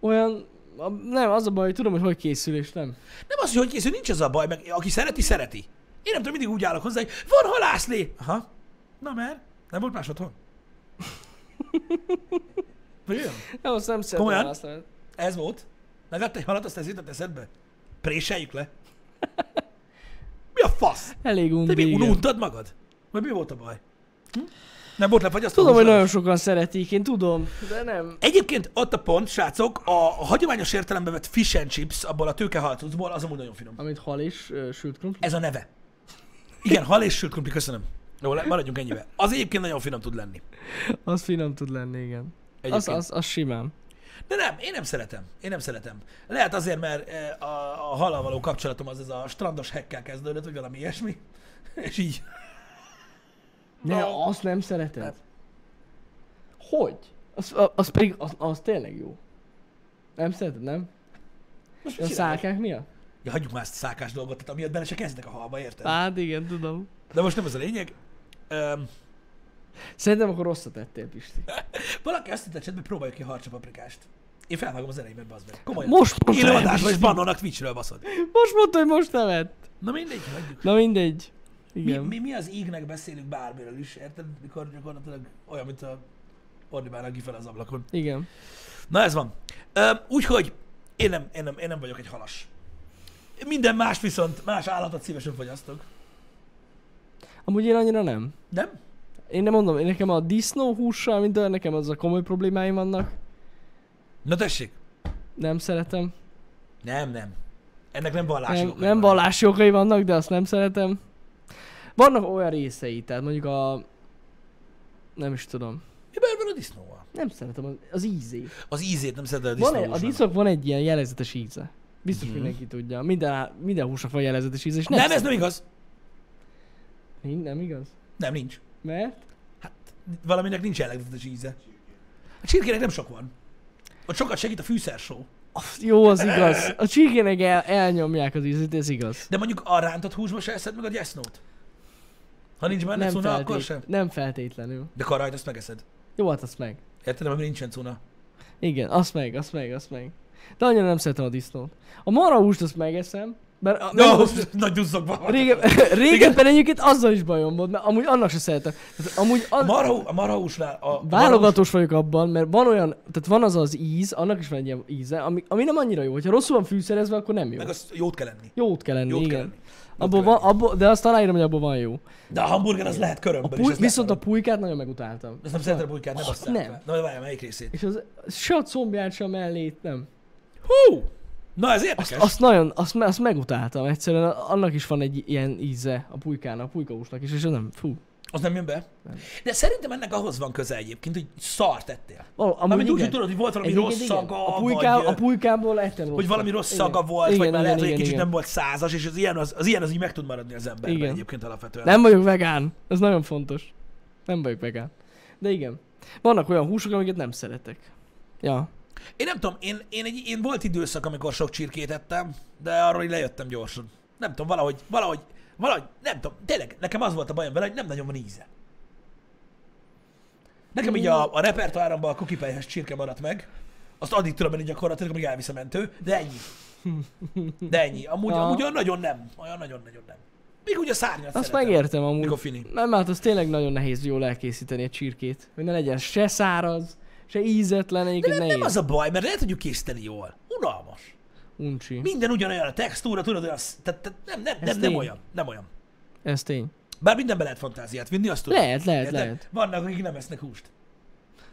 Speaker 2: Olyan, a- nem, az a baj, hogy tudom, hogy hogy készül, és nem.
Speaker 1: Nem az, hogy hogy készül, nincs az a baj, meg aki szereti, szereti. Én nem tudom, mindig úgy állok hozzá, hogy van halászlé. Aha. Na mert, nem volt más otthon. Vagy olyan?
Speaker 2: Nem, azt nem szeretem
Speaker 1: Komolyan?
Speaker 2: a halászlevet.
Speaker 1: Ez volt. Meglett egy halat, azt ez jutott eszedbe. Préseljük le. Mi a fasz?
Speaker 2: Elég
Speaker 1: Te mi
Speaker 2: undi, igen.
Speaker 1: ununtad magad? Vagy mi volt a baj? Hm? Nem volt lefagyasztó?
Speaker 2: Tudom, hogy
Speaker 1: húsleves?
Speaker 2: nagyon sokan szeretik, én tudom, de nem.
Speaker 1: Egyébként ott a pont, srácok, a hagyományos értelemben vett fish and chips, abból a tőkehalcucból, az amúgy nagyon finom.
Speaker 2: Amit hal is, ö, sült krumpli.
Speaker 1: Ez a neve. Igen, hal és sült krumpli, köszönöm. Jó, le- maradjunk ennyivel. Az egyébként nagyon finom tud lenni.
Speaker 2: Az finom tud lenni, igen. Az,
Speaker 1: E- Egyébként.
Speaker 2: az, az simán.
Speaker 1: De nem, én nem szeretem. Én nem szeretem. Lehet azért, mert eh, a, a halal való kapcsolatom az ez a strandos hekkel kezdődött, vagy valami ilyesmi. És így.
Speaker 2: Ne, azt nem szereted. Hogy? Az, a- az pedig, az, az tényleg jó. Nem szereted, nem?
Speaker 1: Most
Speaker 2: A
Speaker 1: mit csinálok?
Speaker 2: szálkák miatt?
Speaker 1: ja, hagyjuk már ezt a szákás dolgot, tehát amiatt benne se kezdnek a halba, érted?
Speaker 2: Hát igen, tudom.
Speaker 1: De most nem ez a lényeg. Öm,
Speaker 2: Szerintem akkor rosszat tettél, Pisti.
Speaker 1: valaki azt hittett, hogy próbáljuk ki a harcsapaprikást. Én felvágom az elejébe, bazd meg. Komolyan.
Speaker 2: Most most
Speaker 1: Élő
Speaker 2: nem,
Speaker 1: adásban és
Speaker 2: Pisti.
Speaker 1: bannolnak Twitchről baszod.
Speaker 2: Most mondta, hogy most nevet.
Speaker 1: Na mindegy, hagyjuk.
Speaker 2: Na mindegy.
Speaker 1: Mi,
Speaker 2: Igen.
Speaker 1: mi, mi, az ígnek beszélünk bármiről is, érted? Mikor gyakorlatilag olyan, mint a ordibálnak kifel az ablakon.
Speaker 2: Igen.
Speaker 1: Na ez van. Öm, Úgyhogy én nem, én, nem, én nem vagyok egy halas. Minden más viszont, más állatot szívesen fogyasztok.
Speaker 2: Amúgy én annyira nem.
Speaker 1: Nem?
Speaker 2: Én nem mondom, én nekem a disznó hússal, mint olyan, nekem az a komoly problémáim vannak.
Speaker 1: Na tessék.
Speaker 2: Nem szeretem.
Speaker 1: Nem, nem. Ennek nem vallási
Speaker 2: Nem,
Speaker 1: okai
Speaker 2: nem
Speaker 1: vannak.
Speaker 2: vallási okai vannak, de azt nem szeretem. Vannak olyan részei, tehát mondjuk a... Nem is tudom.
Speaker 1: Mi baj van a disznóval?
Speaker 2: Nem szeretem az, az ízét.
Speaker 1: Az ízét nem szereted a
Speaker 2: Van
Speaker 1: disznó
Speaker 2: egy, a
Speaker 1: disznó...
Speaker 2: disznók van egy ilyen jellegzetes íze. Biztos mindenki tudja. Minden, á- minden húsnak van jellegzetes íze, és nem,
Speaker 1: Nem, ez
Speaker 2: szeretem.
Speaker 1: nem igaz.
Speaker 2: Nincs- nem igaz?
Speaker 1: Nem, nincs. Hát,
Speaker 2: Mert?
Speaker 1: Valaminek nincs jellegzetes íze. A csirkének nem sok van. Ott sokat segít a fűszersó.
Speaker 2: Azt, jó, az igaz. A csirkének el, elnyomják az ízét, ez igaz.
Speaker 1: De mondjuk a rántott húsba se eszed meg a gyesznót. Ha nincs benne
Speaker 2: Nem,
Speaker 1: cuna, akkor sem.
Speaker 2: feltét, nem feltétlenül.
Speaker 1: De karajt azt megeszed.
Speaker 2: Jó, hát azt meg.
Speaker 1: Érted, mert nincsen cuna.
Speaker 2: Igen, azt meg, azt meg, azt meg. De annyira nem szeretem a disznót. A marahúst azt megeszem, Mert a,
Speaker 1: No,
Speaker 2: no.
Speaker 1: nagy duzzogva van.
Speaker 2: régen, régebben egyébként azzal is bajom volt, mert amúgy annak se szeretem. Tehát amúgy
Speaker 1: A
Speaker 2: an,
Speaker 1: marhau, a marhausnál a...
Speaker 2: válogatós vagyok abban, mert van olyan, tehát van az az íz, annak is van egy ilyen íze, ami, ami nem annyira jó. Ha rosszul van fűszerezve, akkor nem jó.
Speaker 1: Meg azt jót kell enni.
Speaker 2: Jót kell enni,
Speaker 1: Jót kell
Speaker 2: igen.
Speaker 1: enni. Jót
Speaker 2: Abból
Speaker 1: kell
Speaker 2: van, abból, de azt aláírom, hogy abból van jó.
Speaker 1: De a hamburger az lehet
Speaker 2: A
Speaker 1: körömből
Speaker 2: puly,
Speaker 1: ezt
Speaker 2: viszont a
Speaker 1: látod.
Speaker 2: pulykát nagyon megutáltam.
Speaker 1: Ezt nem szeretem a bulykát, nem azt
Speaker 2: nem.
Speaker 1: szeretem. Na, de várjál, melyik részét?
Speaker 2: És az se a combját, se a mellét, nem.
Speaker 1: Hú! Na, ez érdekes.
Speaker 2: Azt, azt nagyon, azt, me- azt megutáltam egyszerűen, annak is van egy ilyen íze a pulykának, a pulykaúsnak is, és az nem, fú.
Speaker 1: Az nem jön be? De szerintem ennek ahhoz van köze egyébként, hogy szar tettél.
Speaker 2: Val, amúgy
Speaker 1: Amint úgy,
Speaker 2: igen.
Speaker 1: hogy tudod, hogy volt valami
Speaker 2: Egyébként
Speaker 1: rossz
Speaker 2: igen.
Speaker 1: szaga,
Speaker 2: a, pulyká,
Speaker 1: vagy,
Speaker 2: a pulykából ettem
Speaker 1: hogy valami rossz igen. szaga volt, igen, vagy már lehet, hogy egy kicsit nem volt százas, és az ilyen az, az, ilyen az így meg tud maradni az emberben
Speaker 2: Igen.
Speaker 1: egyébként alapvetően.
Speaker 2: Nem vagyok vegán, ez nagyon fontos. Nem vagyok vegán. De igen, vannak olyan húsok, amiket nem szeretek. Ja,
Speaker 1: Én nem tudom, én, én, egy, én volt időszak, amikor sok csirkét ettem, de arról így lejöttem gyorsan. Nem tudom, valahogy, valahogy, valahogy, nem tudom, tényleg, nekem az volt a bajom vele, hogy nem nagyon van íze. Nekem így a, a repertoáromban a kukipejhes csirke maradt meg, azt addig tudom enni gyakorlatilag, amíg elvisz a mentő, de ennyi. De ennyi. Amúgy,
Speaker 2: Aha.
Speaker 1: amúgy olyan nagyon nem. Olyan nagyon-nagyon nem. Még úgy a szárnyat
Speaker 2: azt
Speaker 1: szeretem.
Speaker 2: megértem amúgy.
Speaker 1: Mikor fini.
Speaker 2: Nem, hát az tényleg nagyon nehéz jól elkészíteni egy csirkét. Hogy ne legyen se száraz, se ízetlen,
Speaker 1: De
Speaker 2: egyébként
Speaker 1: nem,
Speaker 2: nehéz.
Speaker 1: nem az a baj, mert lehet tudjuk készíteni jól. Unalmas.
Speaker 2: Uncsi.
Speaker 1: Minden ugyanolyan a textúra, tudod, olyan, sz- tehát, tehát nem, nem, nem, nem
Speaker 2: tény.
Speaker 1: olyan, nem olyan.
Speaker 2: Ez tény.
Speaker 1: Bár mindenbe lehet fantáziát vinni, azt tudom.
Speaker 2: Lehet, lehet,
Speaker 1: Érted?
Speaker 2: lehet.
Speaker 1: Vannak, akik nem esznek húst.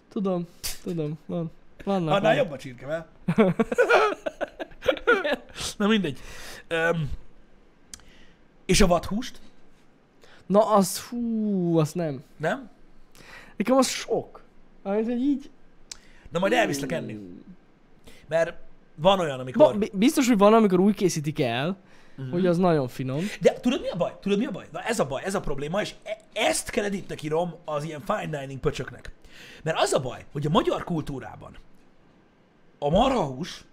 Speaker 2: Tudom, tudom, van. Vannak.
Speaker 1: Annál
Speaker 2: vannak.
Speaker 1: jobb a csirke, vel? Na mindegy. Um, és a vadhúst?
Speaker 2: Na az, hú, az nem.
Speaker 1: Nem?
Speaker 2: Nekem az sok. Amit, hogy így...
Speaker 1: Na majd elviszlek enni. Mert van olyan, amikor...
Speaker 2: Ba, bi- biztos, hogy van, amikor úgy készítik el,
Speaker 1: Mhm.
Speaker 2: hogy az nagyon finom.
Speaker 1: De tudod mi a baj? Tudod mi a baj? Na ez a baj, ez a probléma, és e- ezt kreditnek írom az ilyen fine dining pöcsöknek. Mert az a baj, hogy a magyar kultúrában a marhahús,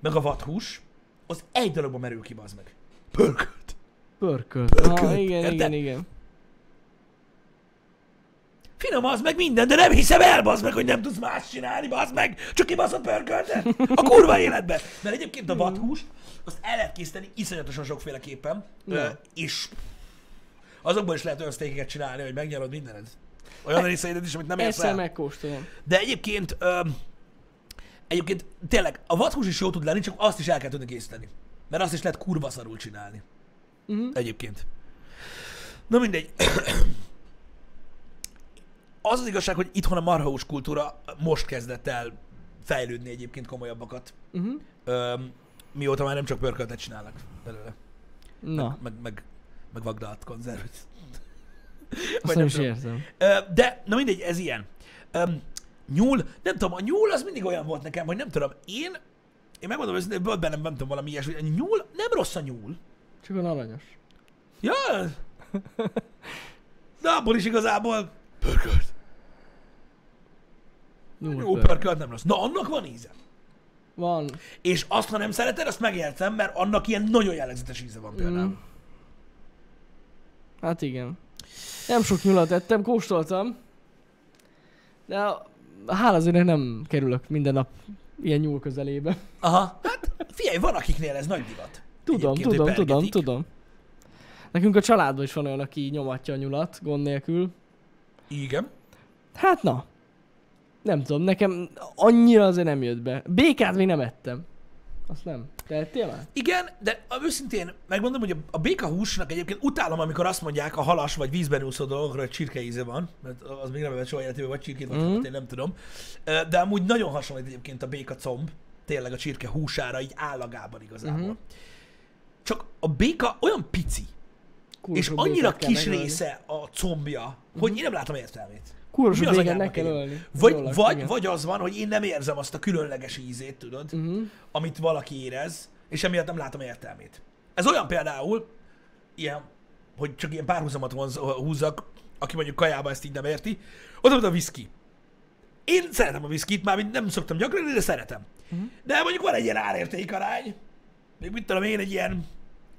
Speaker 1: meg a vadhús, az egy dologban merül ki, bazd meg. Pörkölt.
Speaker 2: Pörkölt. Ah,
Speaker 1: Pörkölt,
Speaker 2: igen,
Speaker 1: érted?
Speaker 2: igen, igen.
Speaker 1: Finom az meg minden, de nem hiszem el, bazd meg, hogy nem tudsz más csinálni, bazd meg. Csak kibaszott pörköltet. A kurva életbe. Mert egyébként a vadhúst, azt el lehet készíteni iszonyatosan sokféleképpen. Ö, és azokból is lehet olyan sztékeket csinálni, hogy megnyarod mindened. Olyan részeidet is, amit nem E- érsz
Speaker 2: Egyszer
Speaker 1: el.
Speaker 2: megkóstolom.
Speaker 1: De egyébként, öm, egyébként tényleg a vadhús is jó tud lenni, csak azt is el kell tudni készíteni. Mert azt is lehet kurva szarul csinálni. Uh-huh. Egyébként. Na mindegy. az az igazság, hogy itthon a marhahús kultúra most kezdett el fejlődni egyébként komolyabbakat.
Speaker 2: Uh-huh.
Speaker 1: Öm, mióta már nem csak pörköltet csinálnak belőle.
Speaker 2: Na,
Speaker 1: Meg, meg, meg vagdalt konzervet.
Speaker 2: azt nem is értem.
Speaker 1: Ö, De, na mindegy, ez ilyen. Öm, nyúl, nem tudom, a nyúl az mindig olyan volt nekem, hogy nem tudom, én, én megmondom, hogy volt bennem, nem tudom, valami ilyesmi, a nyúl, nem rossz a nyúl.
Speaker 2: Csak olyan aranyos.
Speaker 1: Ja, de abból is igazából pörkölt. Jó,
Speaker 2: Nyúl pörkölt.
Speaker 1: pörkölt nem rossz. Na, annak van íze.
Speaker 2: Van.
Speaker 1: És azt, ha nem szereted, azt megértem, mert annak ilyen nagyon jellegzetes íze van például.
Speaker 2: Mm. Hát igen. Nem sok nyulat ettem, kóstoltam. De hála az Úrnak nem kerülök minden nap ilyen nyúl közelébe.
Speaker 1: Aha. Hát, figyelj, van akiknél ez nagy divat.
Speaker 2: Tudom,
Speaker 1: Egyébként, hogy
Speaker 2: tudom, tudom,
Speaker 1: pergetik.
Speaker 2: tudom. Nekünk a családban is van olyan, aki nyomatja a nyulat gond nélkül.
Speaker 1: Igen.
Speaker 2: Hát na. Nem tudom, nekem annyira azért nem jött be. Békát még nem ettem. Azt nem. Te ettél már?
Speaker 1: Igen, de a- őszintén megmondom, hogy a- a béka húsnak egyébként utálom, amikor azt mondják a halas vagy vízben úszó dolgokra, hogy csirke íze van, mert az még nem evett soha életében, vagy csirkét, vagy
Speaker 2: Mhm.
Speaker 1: mm. én nem tudom. Ö, De amúgy nagyon hasonlít egyébként a béka comb, tényleg a csirke húsára, így állagában igazából.
Speaker 2: Mhm.
Speaker 1: Mm. Csak a béka olyan pici,
Speaker 2: Kurva
Speaker 1: és
Speaker 2: sok
Speaker 1: annyira
Speaker 2: békát kell
Speaker 1: kis
Speaker 2: megölni. Mhm.
Speaker 1: része a combja, hogy én nem látom értelmét.
Speaker 2: Kurva
Speaker 1: Mi
Speaker 2: sok
Speaker 1: az
Speaker 2: békát meg
Speaker 1: anyámnak
Speaker 2: kell
Speaker 1: egyéb?
Speaker 2: ölni.
Speaker 1: Vagy,
Speaker 2: Utólag,
Speaker 1: vagy,
Speaker 2: igen.
Speaker 1: vagy az van, hogy én nem érzem azt a különleges ízét, tudod,
Speaker 2: Mhm.
Speaker 1: amit valaki érez, és emiatt nem látom értelmét. Ez olyan például, ilyen, hogy csak ilyen párhuzamot vonz, húzzak, aki mondjuk kajába ezt így nem érti, ott van a whisky. Én szeretem a whiskyt, már nem szoktam gyakran, inni, de szeretem. De mondjuk van egy ilyen árértékarány, még mit tudom én, egy ilyen,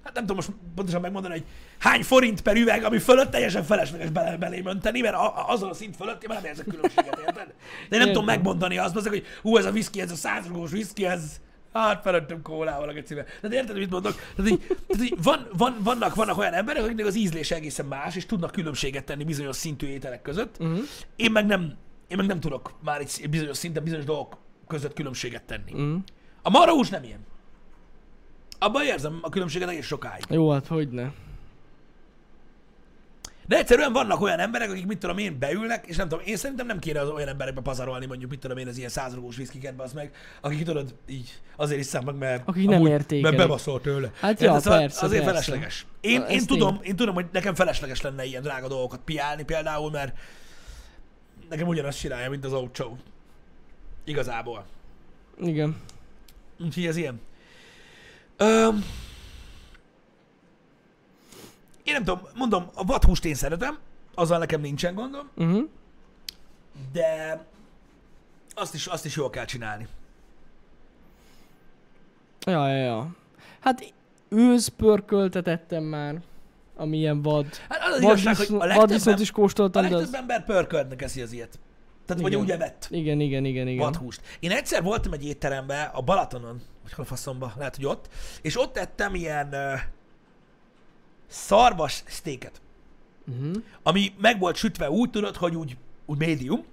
Speaker 1: hát nem tudom most pontosan megmondani, hogy hány forint per üveg, ami fölött teljesen felesleges bele, belém önteni, mert a, a, azon a szint fölött én már nem érzek különbséget, érted? De én nem tudom
Speaker 2: Értem.
Speaker 1: megmondani azt, azért, hogy hú, ez a whisky, ez a százrugós whisky, ez Hát felöttem kólával a gecibe. Tehát érted, mit mondok? Tehát így, tehát így van, van, vannak, vannak olyan emberek, akiknek az ízlése egészen más, és tudnak különbséget tenni bizonyos szintű ételek között. Uh-huh. Én meg nem, én meg nem tudok már egy bizonyos szinten bizonyos dolgok között különbséget tenni.
Speaker 2: Mhm.
Speaker 1: Uh-huh. A marahús nem ilyen. Abban érzem a különbséget egész sokáig.
Speaker 2: Jó, hát hogyne.
Speaker 1: De egyszerűen vannak olyan emberek, akik mit tudom én beülnek, és nem tudom, én szerintem nem kéne az olyan emberekbe pazarolni, mondjuk mit tudom én az ilyen százrugós viszkiketbe, az meg, akik tudod, így azért iszák meg, mert,
Speaker 2: Akik nem értékelik.
Speaker 1: mert bebaszol tőle.
Speaker 2: Hát
Speaker 1: Érted?
Speaker 2: ja,
Speaker 1: Szóval
Speaker 2: persze,
Speaker 1: Azért
Speaker 2: persze.
Speaker 1: felesleges. Én,
Speaker 2: Na,
Speaker 1: én,
Speaker 2: ezt
Speaker 1: tudom, én tudom, hogy nekem felesleges lenne ilyen drága dolgokat piálni például, mert nekem ugyanazt csinálja, mint az olcsó. Igazából.
Speaker 2: Igen.
Speaker 1: Úgyhogy ez ilyen. Öm, én nem tudom, mondom, a vadhúst én szeretem, azzal nekem nincsen gondom,
Speaker 2: Uh-huh.
Speaker 1: de azt is, azt is jól kell csinálni.
Speaker 2: Ja, ja, ja. Hát őszpörköltetettem már, amilyen vad.
Speaker 1: Hát az, az igazság, hogy a
Speaker 2: Vadviszont, vadviszont
Speaker 1: legtöbb,
Speaker 2: is
Speaker 1: a
Speaker 2: kóstoltam, de
Speaker 1: legtöbb
Speaker 2: az...
Speaker 1: ember pörköltnek eszi az ilyet. Tehát vagy
Speaker 2: Igen.
Speaker 1: úgy evett
Speaker 2: Igen, igen, igen, igen.
Speaker 1: vadhúst. Én egyszer voltam egy étteremben a Balatonon, vagy hol a faszomba, lehet, hogy ott, és ott ettem ilyen uh, szarvas sztéket.
Speaker 2: Uh-huh.
Speaker 1: ami meg volt sütve úgy, tudod, hogy úgy, úgy médium,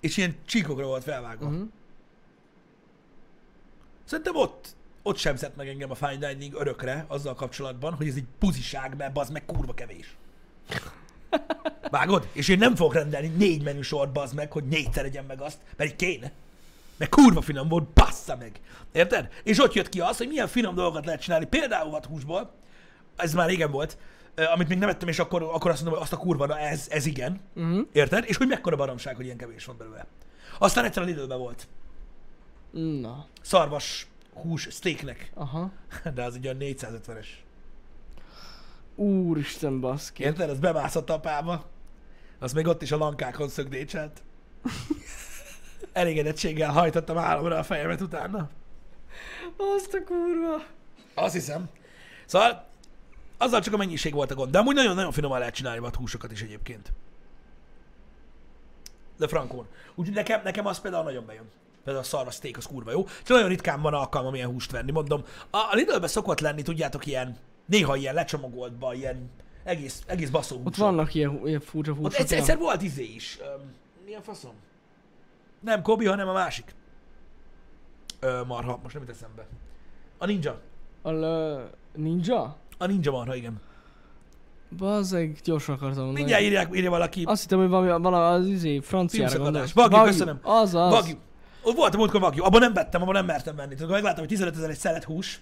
Speaker 1: és ilyen csíkokra volt felvágva. Uh-huh.
Speaker 2: Uh-huh.
Speaker 1: Szerintem ott, ott sem szett meg engem a fine dining örökre azzal kapcsolatban, hogy ez egy puziság, mert az meg kurva kevés. Vágod? És én nem fogok rendelni négy menü sort, bazd meg, hogy négyszer egyen meg azt, mert így kéne. Mert kurva finom volt, bassza meg. Érted? És ott jött ki az, hogy milyen finom dolgokat lehet csinálni, például vadhúsból, ez már régen volt, ö, amit még nem ettem, és akkor, akkor azt mondom, hogy azt a kurva, na ez, ez igen.
Speaker 2: Uh-huh.
Speaker 1: Érted? És hogy mekkora baromság, hogy ilyen kevés van belőle. Aztán egyszer a Lidlben volt.
Speaker 2: Na,
Speaker 1: Szarvas hús steaknek.
Speaker 2: aha.
Speaker 1: De az egy olyan 450-es.
Speaker 2: Úristen, baszki.
Speaker 1: Érted? Az bemászott apába. Az még ott is a lankákon szögdécselt. Elégedettséggel hajtottam álomra a fejemet utána.
Speaker 2: Azt a kurva.
Speaker 1: Azt hiszem. Szóval azzal csak a mennyiség volt a gond. De amúgy nagyon-nagyon finoman lehet csinálni vat húsokat is egyébként. De frankón. Úgyhogy nekem, nekem az például nagyon bejön. Például a szarva steak az kurva jó. Csak nagyon ritkán van alkalmam ilyen húst venni, mondom. A, a lidl szokott lenni, tudjátok, ilyen, néha ilyen lecsomagoltba, ilyen egész, egész baszó
Speaker 2: Ott
Speaker 1: húsok.
Speaker 2: vannak ilyen, ilyen furcsa
Speaker 1: Ott
Speaker 2: húsok.
Speaker 1: egyszer,
Speaker 2: ja.
Speaker 1: egyszer volt izé is. Öm, milyen faszom? Nem Kobi, hanem a másik. Ö, marha, most nem jut eszembe. A ninja.
Speaker 2: A l- ninja?
Speaker 1: A ninja marha, igen.
Speaker 2: Bazzeg, gyorsan akartam mondani.
Speaker 1: Mindjárt írják, írja valaki.
Speaker 2: Azt hittem, hogy valami, valami az izé, franciára
Speaker 1: Filmszakadás.
Speaker 2: gondolsz.
Speaker 1: Wagyu, köszönöm.
Speaker 2: Az az.
Speaker 1: Vagyú. Ott volt a múltkor vagyú. Abban nem vettem, abban nem mertem venni. Tudod, megláttam, hogy 15 ezer egy szelet hús.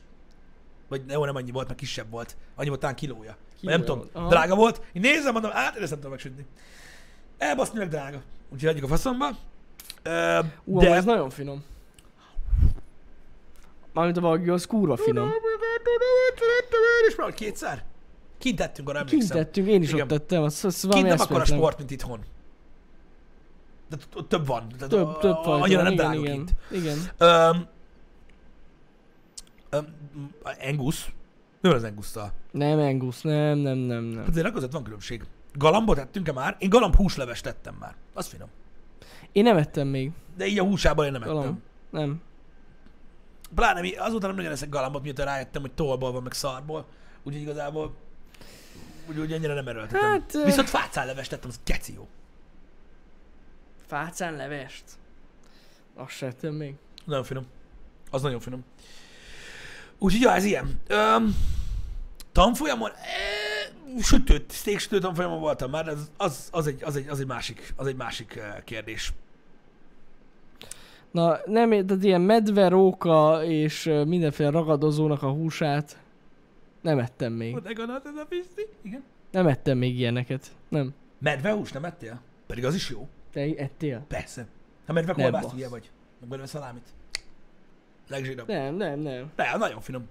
Speaker 1: Vagy jó, nem annyi volt, mert kisebb volt. Annyi volt talán kilója. kilója
Speaker 2: Kilója
Speaker 1: nem tudom,
Speaker 2: volt. Aha.
Speaker 1: drága volt. Én nézem, mondom, hát én ezt nem tudom megsütni. Elbaszni meg drága. Úgyhogy adjuk a faszomba. Ö,
Speaker 2: Ú, de...
Speaker 1: de...
Speaker 2: ez nagyon finom. Mármint a Wagyu, az kurva finom.
Speaker 1: És már hogy kétszer? Kint ettünk, arra
Speaker 2: Kint
Speaker 1: emlékszem.
Speaker 2: tettünk, én is
Speaker 1: Igen.
Speaker 2: ott tettem, az, az
Speaker 1: Kint
Speaker 2: valami
Speaker 1: nem akkora
Speaker 2: eszméletlen.
Speaker 1: sport, mint itthon. De t- ott több van. Tehát
Speaker 2: Több,
Speaker 1: a-
Speaker 2: több
Speaker 1: a-
Speaker 2: fajta.
Speaker 1: Annyira nem
Speaker 2: igen,
Speaker 1: drága
Speaker 2: igen,
Speaker 1: kint.
Speaker 2: igen.
Speaker 1: Öm, öm, Angus? Mi van az Angusszal?
Speaker 2: Nem, Angus, nem, nem, nem, nem.
Speaker 1: Azért a között van különbség. Galambot ettünk-e már? Én galamb húslevest tettem már. Az finom.
Speaker 2: Én nem ettem még.
Speaker 1: De így a húsában én nem ettem.
Speaker 2: Galamb.
Speaker 1: Galamb.
Speaker 2: Nem.
Speaker 1: Pláne mi, azóta nem nagyon eszek galambot, miután rájöttem, hogy tollból van, meg szarból. Úgyhogy igazából úgy, úgy annyira nem erőltetem.
Speaker 2: Hát, ö-
Speaker 1: Viszont fácán levest tettem, az geci jó.
Speaker 2: Fácán levest. Azt se ettem még.
Speaker 1: Nagyon finom. Az nagyon finom. Úgyhogy, ja, ez ilyen. Öm, tanfolyamon, e, sütőt, steak sütő tanfolyamon voltam már, de az, az, az, egy, az, egy, az egy másik, az egy másik eh, kérdés.
Speaker 2: Na, nem, é- tehát ilyen medve, róka és ö, mindenféle ragadozónak a húsát nem ettem még.
Speaker 1: Odegonat ez a piszti? Igen.
Speaker 2: Nem ettem még ilyeneket. Nem.
Speaker 1: Medvehús nem ettél? Pedig az is jó.
Speaker 2: Te ettél?
Speaker 1: Persze. Ha medve
Speaker 2: Nem,
Speaker 1: kolbászt
Speaker 2: bassz.
Speaker 1: hülye vagy. Meg belőle szalámit. Legzsírabb.
Speaker 2: Nem, nem, nem.
Speaker 1: De, nagyon finom.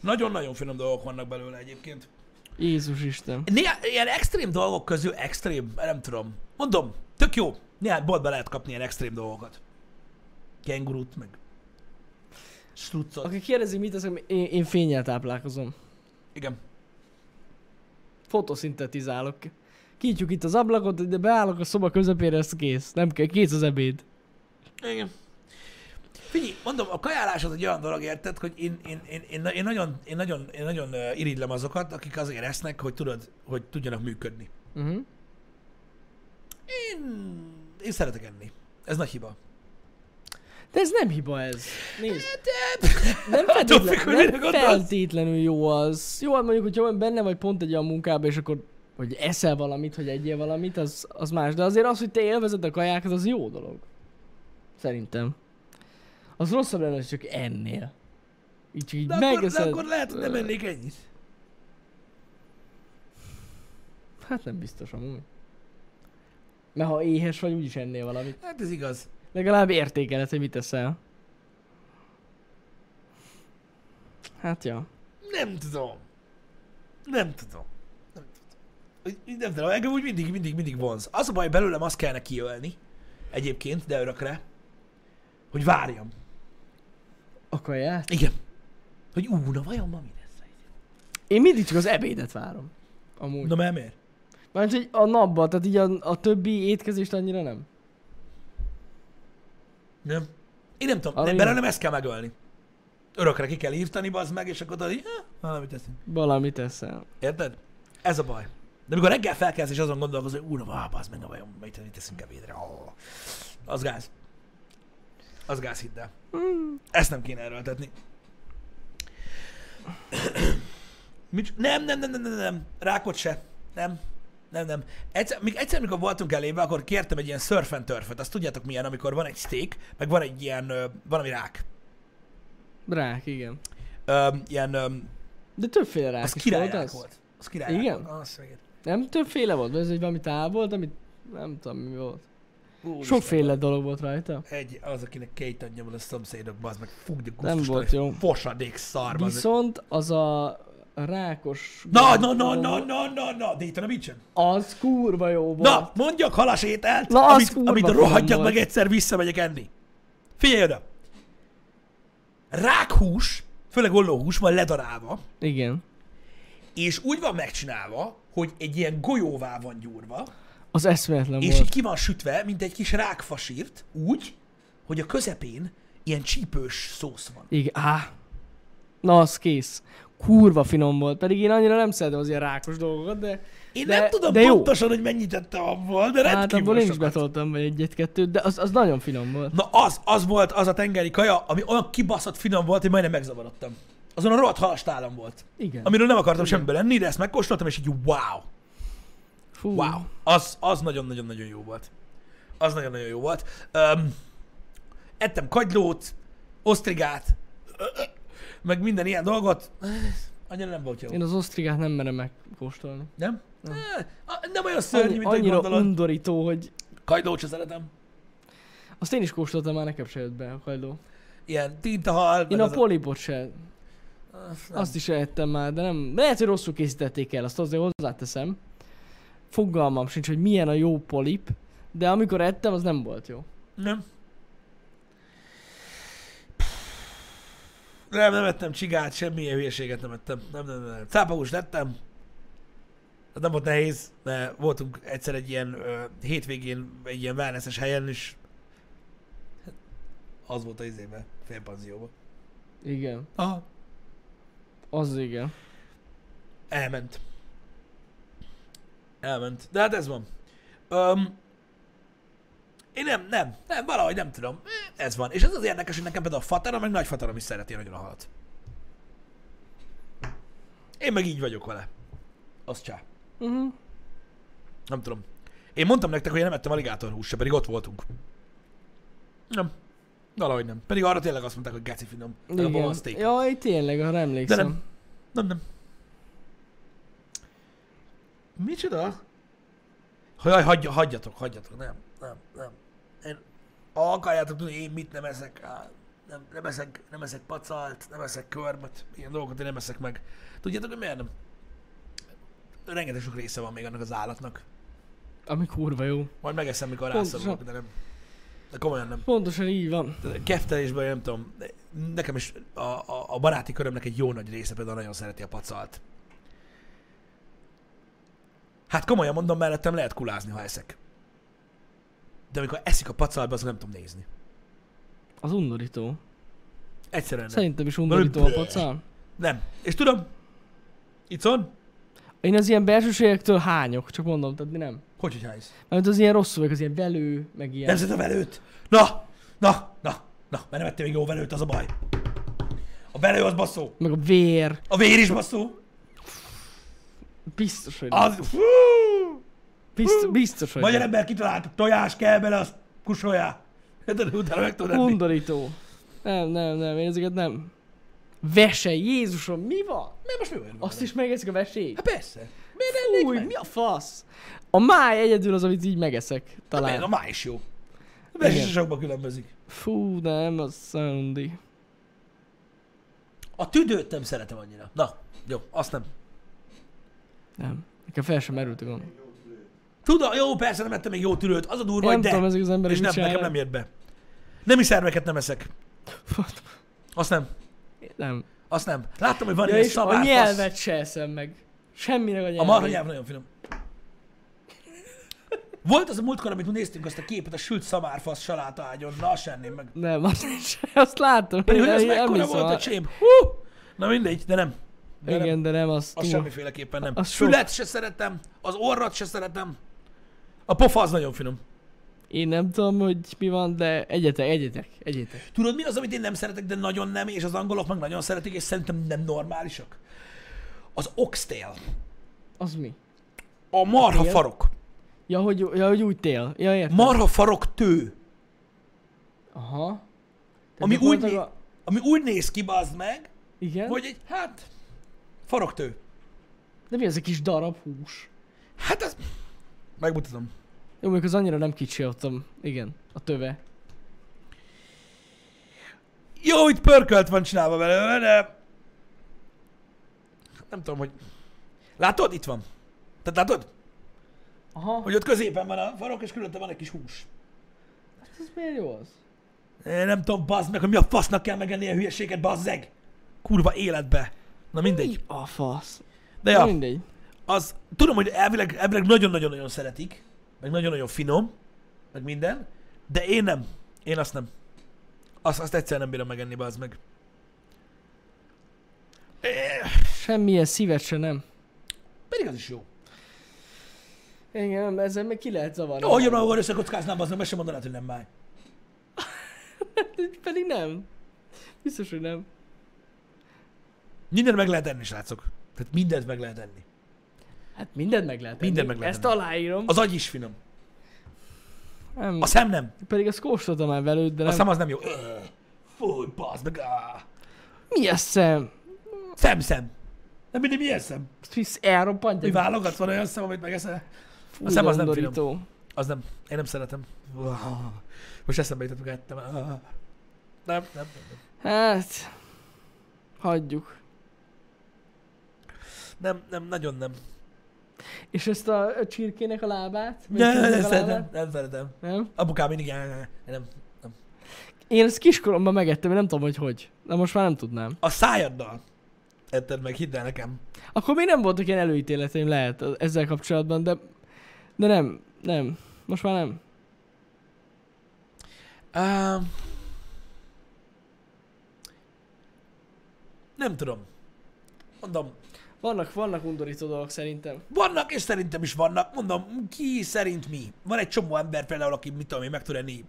Speaker 1: Nagyon-nagyon finom dolgok vannak belőle egyébként.
Speaker 2: Jézus Isten.
Speaker 1: Néha, ilyen extrém dolgok közül extrém, nem tudom. Mondom, tök jó. Néhány boltban lehet kapni ilyen extrém dolgokat. Kengurut, meg struccot. Okay.
Speaker 2: Aki kérdezi, mit teszek, én, én fényel táplálkozom.
Speaker 1: Igen.
Speaker 2: Fotoszintetizálok. Kinyitjuk itt az ablakot, de beállok a szoba közepére, ez kész. Nem kell, kész az ebéd.
Speaker 1: Igen. Figyelj, mondom, a kajálás az egy olyan dolog, érted, hogy én, én, én, én, én nagyon, én nagyon, én nagyon ö, irigylem azokat, akik azért esznek, hogy tudod, hogy tudjanak működni.
Speaker 2: Uh-huh.
Speaker 1: Én, én szeretek enni. Ez nagy hiba.
Speaker 2: De ez nem hiba ez. Nézd.
Speaker 1: Hát,
Speaker 2: Nem
Speaker 1: Attól
Speaker 2: feltétlenül,
Speaker 1: függ, Hát, hogy mire
Speaker 2: nem
Speaker 1: gondolsz.
Speaker 2: feltétlenül jó az. Jó, hát mondjuk, hogyha benne vagy pont egy olyan munkába, és akkor hogy eszel valamit, hogy egyél valamit, az, az más. De azért az, hogy te élvezed a kajákat, az jó dolog. Szerintem. Az rosszabb lenne, hogy csak ennél. Így, csak így
Speaker 1: De akkor, de
Speaker 2: megeszed.
Speaker 1: akkor lehet, hogy nem ennék ennyit.
Speaker 2: Hát nem biztos amúgy. Mert ha éhes vagy, úgyis ennél valamit.
Speaker 1: Hát ez igaz.
Speaker 2: Legalább értékeled, hogy mit teszel. Hát ja.
Speaker 1: Nem tudom. Nem tudom. Nem tudom. Úgy- Nem tudom, engem úgy mindig, mindig, mindig vonz. Az a baj, belőlem azt kellene kiölni, egyébként, de örökre, hogy várjam.
Speaker 2: A kaját?
Speaker 1: Igen. Hogy ú, na vajon ma mi lesz?
Speaker 2: Én mindig csak az ebédet várom. Amúgy.
Speaker 1: Na mert miért?
Speaker 2: Mert hogy a napban, tehát így a, a többi étkezést annyira nem.
Speaker 1: Nem. Én nem tudom,
Speaker 2: Arra
Speaker 1: nem,
Speaker 2: jó.
Speaker 1: belőlem ezt kell megölni. Örökre ki kell írtani, bazd meg, és akkor tudod, hogy "Ja, valamit teszünk.
Speaker 2: Valamit eszel.
Speaker 1: Érted? Ez a baj. De amikor reggel felkelsz és azon gondolkozol, hogy úr, vá, az meg a vajon, mit mit teszünk ebédre. Ó, Az gáz. Az gáz, hidd el. Ezt nem kéne erőltetni. Mit? Nem, nem, nem, nem, nem, nem. Rákot se. Nem. Nem, nem. Egyszer, még egyszer, amikor voltunk elébe, akkor kértem egy ilyen surf and turfet. Azt tudjátok milyen, amikor van egy steak, meg van egy ilyen, ö, valami rák.
Speaker 2: Rák, igen.
Speaker 1: Ö, ilyen, öm,
Speaker 2: De többféle rák
Speaker 1: az
Speaker 2: is
Speaker 1: királyrák
Speaker 2: volt
Speaker 1: volt.
Speaker 2: az?
Speaker 1: Az királyrák
Speaker 2: Igen?
Speaker 1: volt. Az, igen.
Speaker 2: Nem többféle volt, vagy ez egy valami tál volt, amit nem tudom mi volt.
Speaker 1: Úristen.
Speaker 2: Sokféle dolog volt rajta.
Speaker 1: egy, az, akinek két anyja van a szomszédok, bazd meg, fú, de
Speaker 2: Nem
Speaker 1: gusztus,
Speaker 2: volt
Speaker 1: egy
Speaker 2: jó.
Speaker 1: Fosadék szar, bazd meg.
Speaker 2: Viszont az a rákos...
Speaker 1: Na, na, na, na, na, na, na, de itt a nincsen.
Speaker 2: Az kurva jó volt.
Speaker 1: Na, mondjak halasételt,
Speaker 2: Na, az
Speaker 1: amit,
Speaker 2: kurva
Speaker 1: amit
Speaker 2: finom
Speaker 1: rohadjak
Speaker 2: volt.
Speaker 1: meg egyszer, visszamegyek enni. Figyelj oda! Rákhús, főleg ollóhús van ledarálva,
Speaker 2: Igen.
Speaker 1: és úgy van megcsinálva, hogy egy ilyen golyóvá van gyúrva,
Speaker 2: Az eszméletlen
Speaker 1: és
Speaker 2: volt.
Speaker 1: így ki van sütve, mint egy kis rákfasírt, úgy, hogy a közepén ilyen csípős szósz van.
Speaker 2: Igen, á. Na, az kész. Kurva finom volt. Pedig én annyira nem szeretem az ilyen rákos dolgokat, de...
Speaker 1: Én
Speaker 2: de,
Speaker 1: nem tudom
Speaker 2: de jó.
Speaker 1: pontosan, hogy mennyit ettem abból, de
Speaker 2: Hát abból
Speaker 1: rendkívül
Speaker 2: én is
Speaker 1: sokat.
Speaker 2: betoltam be egyet-kettőt, de az, az nagyon finom volt.
Speaker 1: Na az, az volt az a tengeri kaja, ami olyan kibaszott finom volt, hogy majdnem megzavarodtam. Azon a rohadt halastálom volt.
Speaker 2: Igen.
Speaker 1: Amiről nem akartam semmiből lenni, de ezt megkóstoltam, és így wow,
Speaker 2: Fú,
Speaker 1: wow. Az, az nagyon-nagyon-nagyon jó volt. Az nagyon-nagyon jó volt. Um, ettem kagylót, osztrigát, meg minden ilyen dolgot. Annyira nem volt jó.
Speaker 2: Én az osztrigát nem merem megkóstolni.
Speaker 1: Nem? Nem, nem olyan szörnyű,
Speaker 2: Annyi,
Speaker 1: mint ahogy
Speaker 2: annyira
Speaker 1: gondolod.
Speaker 2: undorító, hogy
Speaker 1: Kagylót se szeretem.
Speaker 2: azt én is kóstoltam, már nekem se jött be a kajló.
Speaker 1: Hát Ilyen tintahal.
Speaker 2: Én
Speaker 1: meg
Speaker 2: a
Speaker 1: az
Speaker 2: polipot se, azt is ettem már, de nem, lehet, hogy rosszul készítették el, azt azért hozzáteszem. Fogalmam sincs, hogy milyen a jó polip, de amikor ettem, az nem volt jó.
Speaker 1: Nem. Nem, nem ettem csigát, semmilyen hülyeséget nem ettem. Nem, nem, nem. Cápahús lettem. Az nem volt nehéz, mert voltunk egyszer egy ilyen ö, hétvégén egy ilyen wellnesses helyen, és hát, az volt az izébe, félpanzióban.
Speaker 2: Igen,
Speaker 1: Aha.
Speaker 2: az igen.
Speaker 1: Elment. Elment. De hát ez van. Öm, én nem, nem, nem, valahogy nem tudom. Ez van. És ez az érdekes, hogy nekem például a fatarom, meg nagyfatarom is szereti nagyon a halat. Én meg így vagyok vele. Az csá.
Speaker 2: Uh-huh.
Speaker 1: Nem tudom. Én mondtam nektek, hogy én nem ettem aligátorhúst se, pedig ott voltunk. Nem. Valahogy nem. Pedig arra tényleg azt mondták, hogy geci finom. Meg abban van
Speaker 2: Igen.
Speaker 1: steak.
Speaker 2: Jaj, tényleg, arra
Speaker 1: De
Speaker 2: emlékszem.
Speaker 1: nem. Nem, nem. Micsoda? Haj, hagyja, hagyjatok, hagyjatok. Nem, nem, nem. Én ha akarjátok tudni, én mit nem eszek. Á, Nem, nem, eszek, nem eszek pacalt, nem eszek körmet, ilyen dolgokat én nem eszek meg. Tudjátok, hogy miért nem? Rengeteg sok része van még annak az állatnak.
Speaker 2: Ami kurva jó.
Speaker 1: Majd megeszem, mikor
Speaker 2: Pontosan.
Speaker 1: rászorulok, de nem. De komolyan nem.
Speaker 2: Pontosan így van.
Speaker 1: Keftelésben nem tudom, nekem is a, a, a baráti körömnek egy jó nagy része például nagyon szereti a pacalt. Hát komolyan mondom, mellettem lehet kulázni, ha eszek. De amikor eszik a pacalba, azt nem tudom nézni.
Speaker 2: Az undorító.
Speaker 1: Egyszerűen nem.
Speaker 2: Szerintem is undorító a pacán.
Speaker 1: nem. És tudom, itt on,
Speaker 2: Én az ilyen belsőségektől hányok, csak mondom, tehát mi nem.
Speaker 1: hogy hogy hánysz?
Speaker 2: Mert az ilyen rosszul, az ilyen velő, meg ilyen.
Speaker 1: Nem szedem velőt. Na, na, na, na, mert nem ettem még jó velőt, az a baj. A velő az baszó.
Speaker 2: Meg a vér.
Speaker 1: A vér is baszó.
Speaker 2: Biztos, hogy nem.
Speaker 1: Az, fú,
Speaker 2: Biztos, biztos hogy
Speaker 1: Ah! magyar
Speaker 2: nem.
Speaker 1: ember kitalált, tojás kell bele, azt kusoljál. Érted, utána meg tudod enni.
Speaker 2: Undorító. Nem, nem, nem, én ezeket nem. Vese, Jézusom, mi van?
Speaker 1: Mert most mi van?
Speaker 2: Azt is megeszik a vesét?
Speaker 1: Hát persze. Miért ennék
Speaker 2: Fúj,
Speaker 1: meg?
Speaker 2: mi a fasz? A máj egyedül az, amit így megeszek,
Speaker 1: Miért? A
Speaker 2: talán.
Speaker 1: máj is jó. A belső
Speaker 2: Igen.
Speaker 1: se sokban különbözik.
Speaker 2: Fú, nem, az szundi.
Speaker 1: A tüdőt nem szeretem annyira. Na, jó, azt nem.
Speaker 2: Nem. Nekem fel sem merült a gond.
Speaker 1: Tudom, jó, persze nem ettem még jó tüdőt, az a durva,
Speaker 2: Nem
Speaker 1: hogy de.
Speaker 2: tudom, ezek az emberek
Speaker 1: és
Speaker 2: mit
Speaker 1: nem, nekem nem
Speaker 2: csinálnak.
Speaker 1: jött be. Nem is szerveket nem eszek. Azt nem.
Speaker 2: Nem.
Speaker 1: Azt nem. Láttam, hogy van
Speaker 2: Ja,
Speaker 1: ilyen
Speaker 2: és a
Speaker 1: szabály.
Speaker 2: nyelvet se eszem meg. Semminek a
Speaker 1: A marha
Speaker 2: nyelvet.
Speaker 1: nyelv nagyon finom. Volt az a múltkor, amit mi néztünk azt a képet, a sült szamárfasz saláta ágyon. Na, azt se enném meg.
Speaker 2: Nem, azt, se- azt látom.
Speaker 1: Pedig, hogy
Speaker 2: én-
Speaker 1: ez
Speaker 2: én
Speaker 1: mekkora
Speaker 2: emlékszem,
Speaker 1: volt a
Speaker 2: a-
Speaker 1: csém. Hú! Na mindegy, de nem. De nem.
Speaker 2: Igen, de nem, az
Speaker 1: Azt
Speaker 2: túl.
Speaker 1: semmiféleképpen nem. A
Speaker 2: Az sok.
Speaker 1: Fület se szeretem, az orrat se szeretem. A pofa az nagyon finom.
Speaker 2: Én nem tudom, hogy mi van, de egyetek, egyetek, egyetek.
Speaker 1: Tudod, mi az, amit én nem szeretek, de nagyon nem, és az angolok meg nagyon szeretik, és szerintem nem normálisak? Az oxtail.
Speaker 2: Az mi?
Speaker 1: A marha
Speaker 2: Tél?
Speaker 1: farok.
Speaker 2: Ja, hogy, ja, hogy úgy tél. Ja, értem.
Speaker 1: Marha farok tő.
Speaker 2: Aha. Tehát
Speaker 1: Ami úgy,
Speaker 2: gyakorlatilag
Speaker 1: né-
Speaker 2: a...
Speaker 1: ami úgy néz ki, bazd meg,
Speaker 2: Igen?
Speaker 1: hogy egy, hát, farogtő.
Speaker 2: De mi ez a kis darab hús?
Speaker 1: Hát az... Megmutatom.
Speaker 2: Jó, mondjuk az annyira nem kicsi ottam. Igen, a töve.
Speaker 1: Jó, itt pörkölt van csinálva belőle, de... Nem tudom, hogy... Látod? Itt van. Tehát látod?
Speaker 2: Aha, hogy...
Speaker 1: Hogy ott középen van a farok, és körülötte van egy kis hús.
Speaker 2: ez miért jó az?
Speaker 1: Én nem tudom, bazd meg, hogy mi a fasznak kell megenni a hülyeséget, bazzeg. Kurva életbe. Na mindegy.
Speaker 2: Mi a fasz?
Speaker 1: De
Speaker 2: Ja.
Speaker 1: ja,
Speaker 2: Mindegy.
Speaker 1: az, tudom, hogy elvileg, elvileg nagyon-nagyon-nagyon szeretik, meg nagyon-nagyon finom, meg minden, de én nem. Én azt nem. Azt, azt egyszer nem bírom megenni, bazd meg. Eh,
Speaker 2: Semmilyen szívet se nem.
Speaker 1: Pedig az is jó.
Speaker 2: Igen, nem, ezzel meg ki lehet zavarni.
Speaker 1: Jó, hogy jobban magad összekockáznám, az meg sem mondanád, hogy nem máj.
Speaker 2: Hát, Pedig nem. Biztos, hogy nem.
Speaker 1: Mindent meg lehet enni, srácok. Tehát mindent meg lehet enni.
Speaker 2: Hát mindent meg lehet
Speaker 1: Mindent
Speaker 2: enni.
Speaker 1: meg lehet
Speaker 2: Ezt
Speaker 1: enni.
Speaker 2: aláírom.
Speaker 1: Az agy is finom.
Speaker 2: Nem.
Speaker 1: A szem nem.
Speaker 2: Pedig azt kóstoltam már velőd, de
Speaker 1: A
Speaker 2: nem.
Speaker 1: szem az nem jó. Öh, Fúj, bazd meg. áh.
Speaker 2: Mi a szem?
Speaker 1: Szem, szem. Nem mindig milyen szem.
Speaker 2: Fisz, elroppantja.
Speaker 1: Mi válogatsz, van olyan szem, amit megeszel?
Speaker 2: Fú,
Speaker 1: A szem az
Speaker 2: de
Speaker 1: nem
Speaker 2: undorító.
Speaker 1: Az nem. Én nem szeretem. Uah. Most eszembe jutott, hogy ettem. Ah. Nem, nem, nem, nem.
Speaker 2: Hát... Hagyjuk.
Speaker 1: Nem, nem, nagyon nem.
Speaker 2: És ezt a, a csirkének a lábát? Vagy a
Speaker 1: Nem, nem,
Speaker 2: csirkének
Speaker 1: nem
Speaker 2: a
Speaker 1: szeretem.
Speaker 2: lábát?
Speaker 1: Nem szeretem.
Speaker 2: Nem?
Speaker 1: Apukám mindig "Á, á, á." nem.
Speaker 2: Én ezt kiskoromban megettem, én nem tudom, hogy hogy. De most már nem tudnám.
Speaker 1: A szájaddal. Etted meg, hidd el nekem.
Speaker 2: Akkor még nem voltak ilyen előítéleteim lehet ezzel kapcsolatban, de... De nem, nem. Most már nem.
Speaker 1: Uh, nem tudom. Mondom,
Speaker 2: Vannak, vannak undorító dolgok szerintem.
Speaker 1: Vannak, és szerintem is vannak. Mondom, ki szerint mi. Van egy csomó ember például, aki mit tudom én, meg tud enni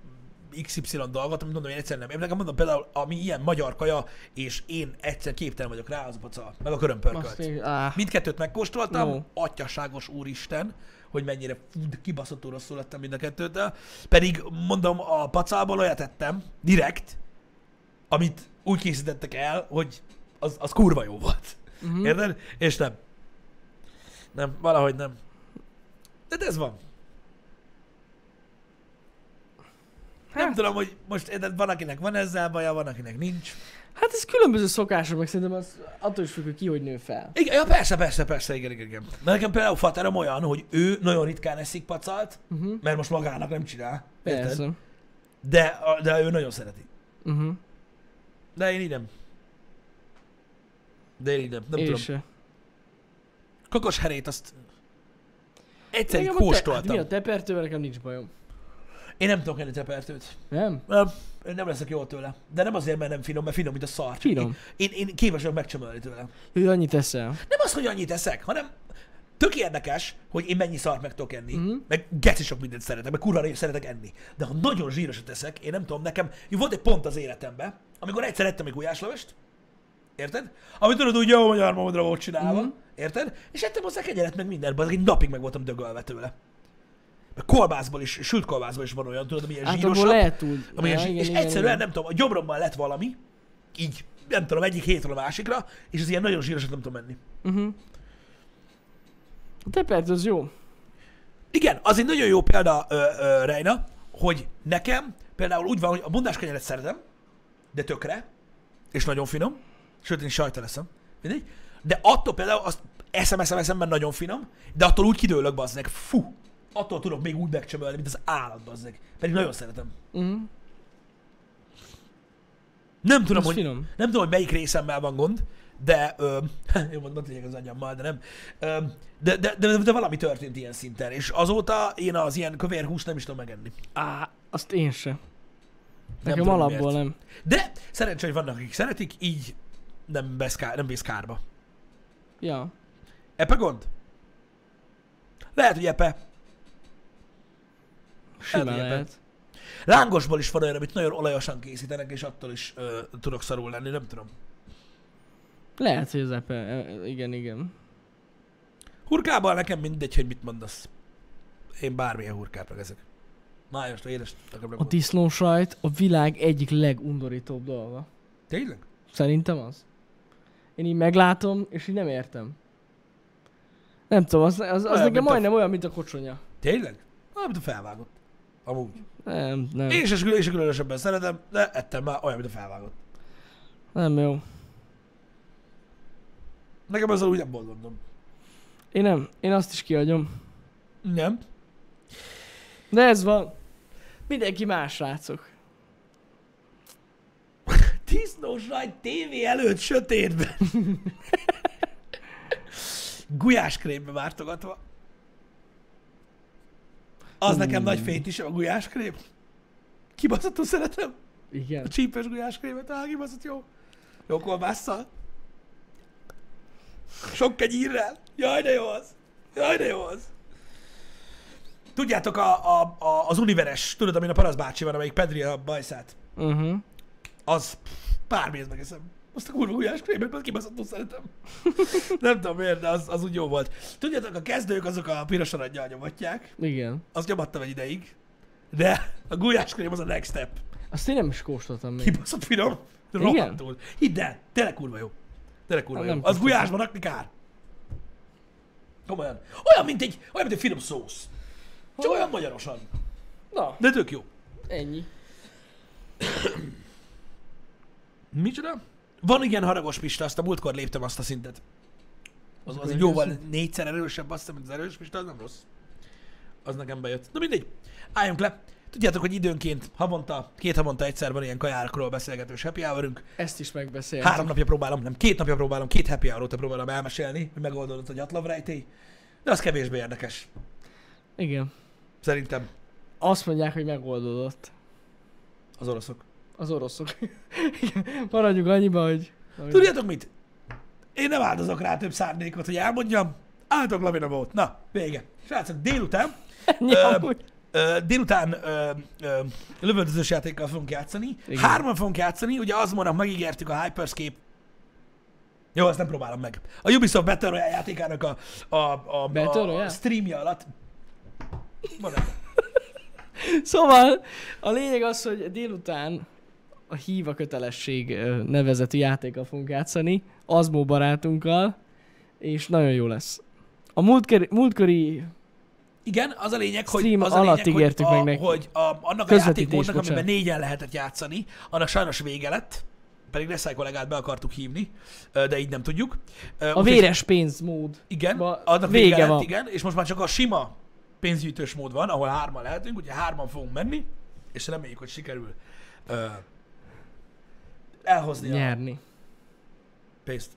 Speaker 1: XY dolgot, amit mondom, én egyszer nem. Én nekem mondom például, ami ilyen magyar kaja, és én egyszer képtelen vagyok rá, az a paca, meg a
Speaker 2: Azt
Speaker 1: körömpörkölt.
Speaker 2: még, áh,
Speaker 1: Mindkettőt megkóstoltam,
Speaker 2: Jó.
Speaker 1: atyaságos úristen, hogy mennyire fú, de kibaszott rosszul lettem mind a kettőtől. Pedig mondom, a pacából olyat ettem, direkt, amit úgy készítettek el, hogy az, az kurva jó volt.
Speaker 2: Mhm.
Speaker 1: Mm. Érted? És nem. Nem, valahogy nem. De ez van. Nem
Speaker 2: Hát.
Speaker 1: tudom, hogy most érted, van akinek van ezzel baja, van akinek nincs.
Speaker 2: Hát ez különböző szokások, meg szerintem az attól is függ, hogy ki hogy nő fel.
Speaker 1: Igen, ja, persze, persze, persze, igen, igen, igen. Mert nekem például Faterom olyan, hogy ő nagyon ritkán eszik pacalt,
Speaker 2: Uh-huh.
Speaker 1: mert most magának nem csinál. Érted?
Speaker 2: Persze.
Speaker 1: De, a- de ő nagyon szereti.
Speaker 2: Uh-huh.
Speaker 1: De én így nem. De én így nem, nem
Speaker 2: Én
Speaker 1: tudom.
Speaker 2: se.
Speaker 1: Kakasherét azt egyszer így
Speaker 2: Nekem a te- Hát mi
Speaker 1: kóstoltam.
Speaker 2: a tepertővel nekem nincs bajom.
Speaker 1: Én nem tudok enni tepertőt.
Speaker 2: Nem?
Speaker 1: Nem, én nem leszek jól tőle. De nem azért, mert nem finom, mert finom, mint a szar. Csak
Speaker 2: Finom.
Speaker 1: Én, én, én képes vagyok megcsömölni tőle.
Speaker 2: Ő annyit eszel.
Speaker 1: Nem az, hogy annyit eszek, hanem tök érdekes, hogy én mennyi szart meg tudok enni. Mm-hmm. Meg geci sok mindent szeretek, meg kurva ré- szeretek enni. De ha nagyon zsírosat eszek, én nem tudom, nekem jó, volt egy pont az életemben, amikor egyszer ettem egy gulyáslevest, érted? Amit tudod, úgy jó magyar mamadra volt csinálva, mm-hmm. érted? És ettem hozzá kegyelet meg mindent, bazd, egy napig meg voltam dögölve tőle. Meg kolbászból is, sült kolbászból is van olyan, tudod, ami ilyen
Speaker 2: Hát
Speaker 1: zsírosabb.
Speaker 2: abból lehet túl.
Speaker 1: Ami ja, igen, és igen, egyszerűen igen. nem tudom, a gyomromban lett valami, így, nem tudom, egyik hétről a másikra, és az ilyen nagyon zsírosat nem tudom menni.
Speaker 2: A tepert az jó.
Speaker 1: Igen, az egy nagyon jó példa, ö, ö, Reina, hogy nekem például úgy van, hogy a bundás kenyeret szeretem, de tökre, és nagyon finom, sőt, én sajta leszem, mindegy, de attól például azt eszem, eszem, eszem, mert nagyon finom, de attól úgy kidőlök, bazzeg, fú, attól tudok még úgy megcsömölni, mint az állat, bazzeg, pedig nagyon szeretem.
Speaker 2: Mhm.
Speaker 1: Nem tudom,
Speaker 2: Az
Speaker 1: hogy,
Speaker 2: finom.
Speaker 1: nem tudom, hogy melyik részemmel van gond, de, ö, jó mondom, tényleg az anyammal, de nem. Ö, de, de, de, de, valami történt ilyen szinten, és azóta én az ilyen kövér húst nem is tudom megenni.
Speaker 2: Á, azt én sem. Nekem
Speaker 1: tudom,
Speaker 2: alapból
Speaker 1: miért.
Speaker 2: nem.
Speaker 1: De szerencsé, hogy vannak, akik szeretik, így nem, vesz kár, nem vész kárba.
Speaker 2: Ja.
Speaker 1: Epe gond? Lehet, hogy epe.
Speaker 2: Simán
Speaker 1: Elvileg.
Speaker 2: lehet.
Speaker 1: Lángosból is van olyan, amit nagyon olajosan készítenek, és attól is ö, tudok szarul lenni, nem tudom.
Speaker 2: Lehet, hogy az epe. e- Igen, igen.
Speaker 1: Hurkában nekem mindegy, hogy mit mondasz. Én bármilyen hurkát meg ezek. Májosra, édes, nekem nem
Speaker 2: A
Speaker 1: gond.
Speaker 2: disznósajt a világ egyik legundorítóbb dolga.
Speaker 1: Tényleg?
Speaker 2: Szerintem az. Én így meglátom, és így nem értem. Nem tudom, az, az, az
Speaker 1: Olyan,
Speaker 2: nekem
Speaker 1: mint a-
Speaker 2: majdnem olyan, mint a kocsonya.
Speaker 1: Tényleg? Olyan, mint a felvágott. Amúgy.
Speaker 2: Nem, nem,
Speaker 1: Én is, én is különösebben szeretem, de ettem már olyan, mint a felvágott.
Speaker 2: nem jó.
Speaker 1: Nekem ezzel úgy nem boldogom.
Speaker 2: Én nem, én azt is kiadom.
Speaker 1: Nem?
Speaker 2: De ez van. Mindenki más, srácok.
Speaker 1: Disznós nagy tévé előtt sötétben. Gulyáskrémbe vártogatva. Az nekem nagy fétisem a gulyáskrém. Kibaszottul szeretem.
Speaker 2: Igen.
Speaker 1: A csípes gulyáskrémet, áh, kibaszott jó. Jó kolbásszal. Sok kegyírrel. Jaj, de jó az. Jaj, de jó az. Tudjátok, a, a, a, az univeres, tudod, amin a Parasz bácsi van, amelyik Pedri a bajszát.
Speaker 2: Uh-huh.
Speaker 1: Az pár meg eszem. Azt a kurva gulyás krémet, mert kibaszottul szeretem. Nem tudom miért, de az, az úgy jó volt. Tudjátok, a kezdők azok a piros aranyjal nyomatják.
Speaker 2: Igen.
Speaker 1: Azt nyomattam egy ideig. De a gulyás krém az a next step.
Speaker 2: Azt én nem is kóstoltam még.
Speaker 1: Kibaszott finom.
Speaker 2: Igen?
Speaker 1: Rohadtul. Hidd el, tényleg kurva jó. Tényleg kurva
Speaker 2: Hát
Speaker 1: jó.
Speaker 2: nem
Speaker 1: Az
Speaker 2: kóstoltam.
Speaker 1: gulyásban rakni kár. Komolyan. Olyan, mint egy, olyan, mint egy finom szósz. Csak olyan magyarosan.
Speaker 2: Na,
Speaker 1: De tök jó.
Speaker 2: ennyi.
Speaker 1: Micsoda? Van igen haragos pista, azt a múltkor léptem azt a szintet. Az, az egy
Speaker 2: Hogy
Speaker 1: jóval
Speaker 2: az?
Speaker 1: négyszer erősebb azt hiszem, mint az erős pista, az nem rossz. Az nekem bejött. Na mindegy, álljunk le. Tudjátok, hogy időnként, havonta, két havonta egyszer van ilyen kajárakról beszélgetős happy hourünk.
Speaker 2: Ezt is megbeszéltük.
Speaker 1: Három napja próbálom, nem két napja próbálom, két happy hour óta próbálom elmesélni, hogy megoldódott a gyatlavrejtély. De az kevésbé érdekes,
Speaker 2: Igen.
Speaker 1: szerintem
Speaker 2: Azt mondják, hogy megoldódott.
Speaker 1: az oroszok.
Speaker 2: Az oroszok. Igen. Maradjunk annyiba, hogy... hogy-
Speaker 1: Tudjátok mit? Én nem áldozok rá több szárnékot, hogy elmondjam. Áldog lavina volt. Na, vége. Srácok, délután
Speaker 2: Ennyi
Speaker 1: Öm,
Speaker 2: amúgy.
Speaker 1: Ö, délután ö, ö, lövöldözős játékkal fogunk játszani. Igen.
Speaker 2: Igen.
Speaker 1: Hárman fogunk játszani, ugye azonnal megígértük a Hyperscape. Jó, ezt nem próbálom meg. A Ubisoft Battle Royale játékának a, a, a,
Speaker 2: Battle
Speaker 1: a, a
Speaker 2: Royale?
Speaker 1: streamje alatt. Van
Speaker 2: Szóval a lényeg az, hogy délután a híva kötelesség ö, nevezetű játékkal fogunk játszani, Azmó barátunkkal, és nagyon jó lesz. A múltkori, múltkori
Speaker 1: Igen, az a lényeg, hogy,
Speaker 2: Stream
Speaker 1: az a lényeg,
Speaker 2: alatt ígértük
Speaker 1: hogy,
Speaker 2: meg
Speaker 1: a,
Speaker 2: neki.
Speaker 1: hogy a, annak a
Speaker 2: Közvetítés,
Speaker 1: játékmódnak, amiben
Speaker 2: bocsánat.
Speaker 1: négyen lehetett játszani, annak sajnos vége lett, pedig Reszai kollégát be akartuk hívni, ö, de így nem tudjuk. Ö,
Speaker 2: a
Speaker 1: úgyhogy-
Speaker 2: véres pénzmód.
Speaker 1: Igen,
Speaker 2: Ma
Speaker 1: annak vége,
Speaker 2: vége
Speaker 1: lett,
Speaker 2: van.
Speaker 1: igen, és most már csak a sima pénzgyűjtős mód van, ahol hárman lehetünk, ugye hárman fogunk menni, és reméljük, hogy sikerül ö, elhozni a
Speaker 2: Nyerni.
Speaker 1: pénzt.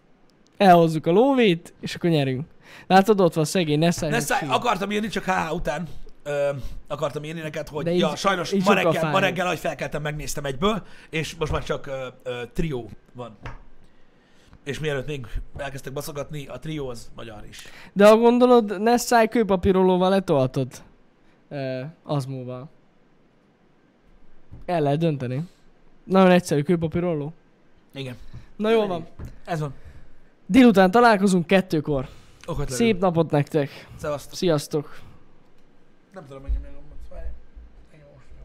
Speaker 2: Elhozzuk a lówét, és akkor nyerünk. Látod, ott van szegény, ne szállj.
Speaker 1: Ne száj, akartam írni, csak HH után. ö, akartam írni neked, hogy
Speaker 2: De
Speaker 1: De
Speaker 2: így-
Speaker 1: ja, sajnos
Speaker 2: így
Speaker 1: ma
Speaker 2: sokkal
Speaker 1: reggel, ma
Speaker 2: fájó.
Speaker 1: reggel, ahogy felkeltem, megnéztem egyből, és most már csak ö, ö, trió van. És mielőtt még elkezdtek baszogatni, a trió az magyar is.
Speaker 2: De ha gondolod, Nessai kőpapírolóval letoltod. Uh, azmóval. El lehet dönteni. Nagyon egyszerű kőpapíroló.
Speaker 1: Igen,
Speaker 2: Na jól van.
Speaker 1: ez van.
Speaker 2: Délután találkozunk kettőkor.
Speaker 1: Okot
Speaker 2: Szép napot nektek.
Speaker 1: Szevasztok.
Speaker 2: Sziasztok.
Speaker 1: Nem tudom, hogy nyomja a gombot. Várj. Engem most nyom.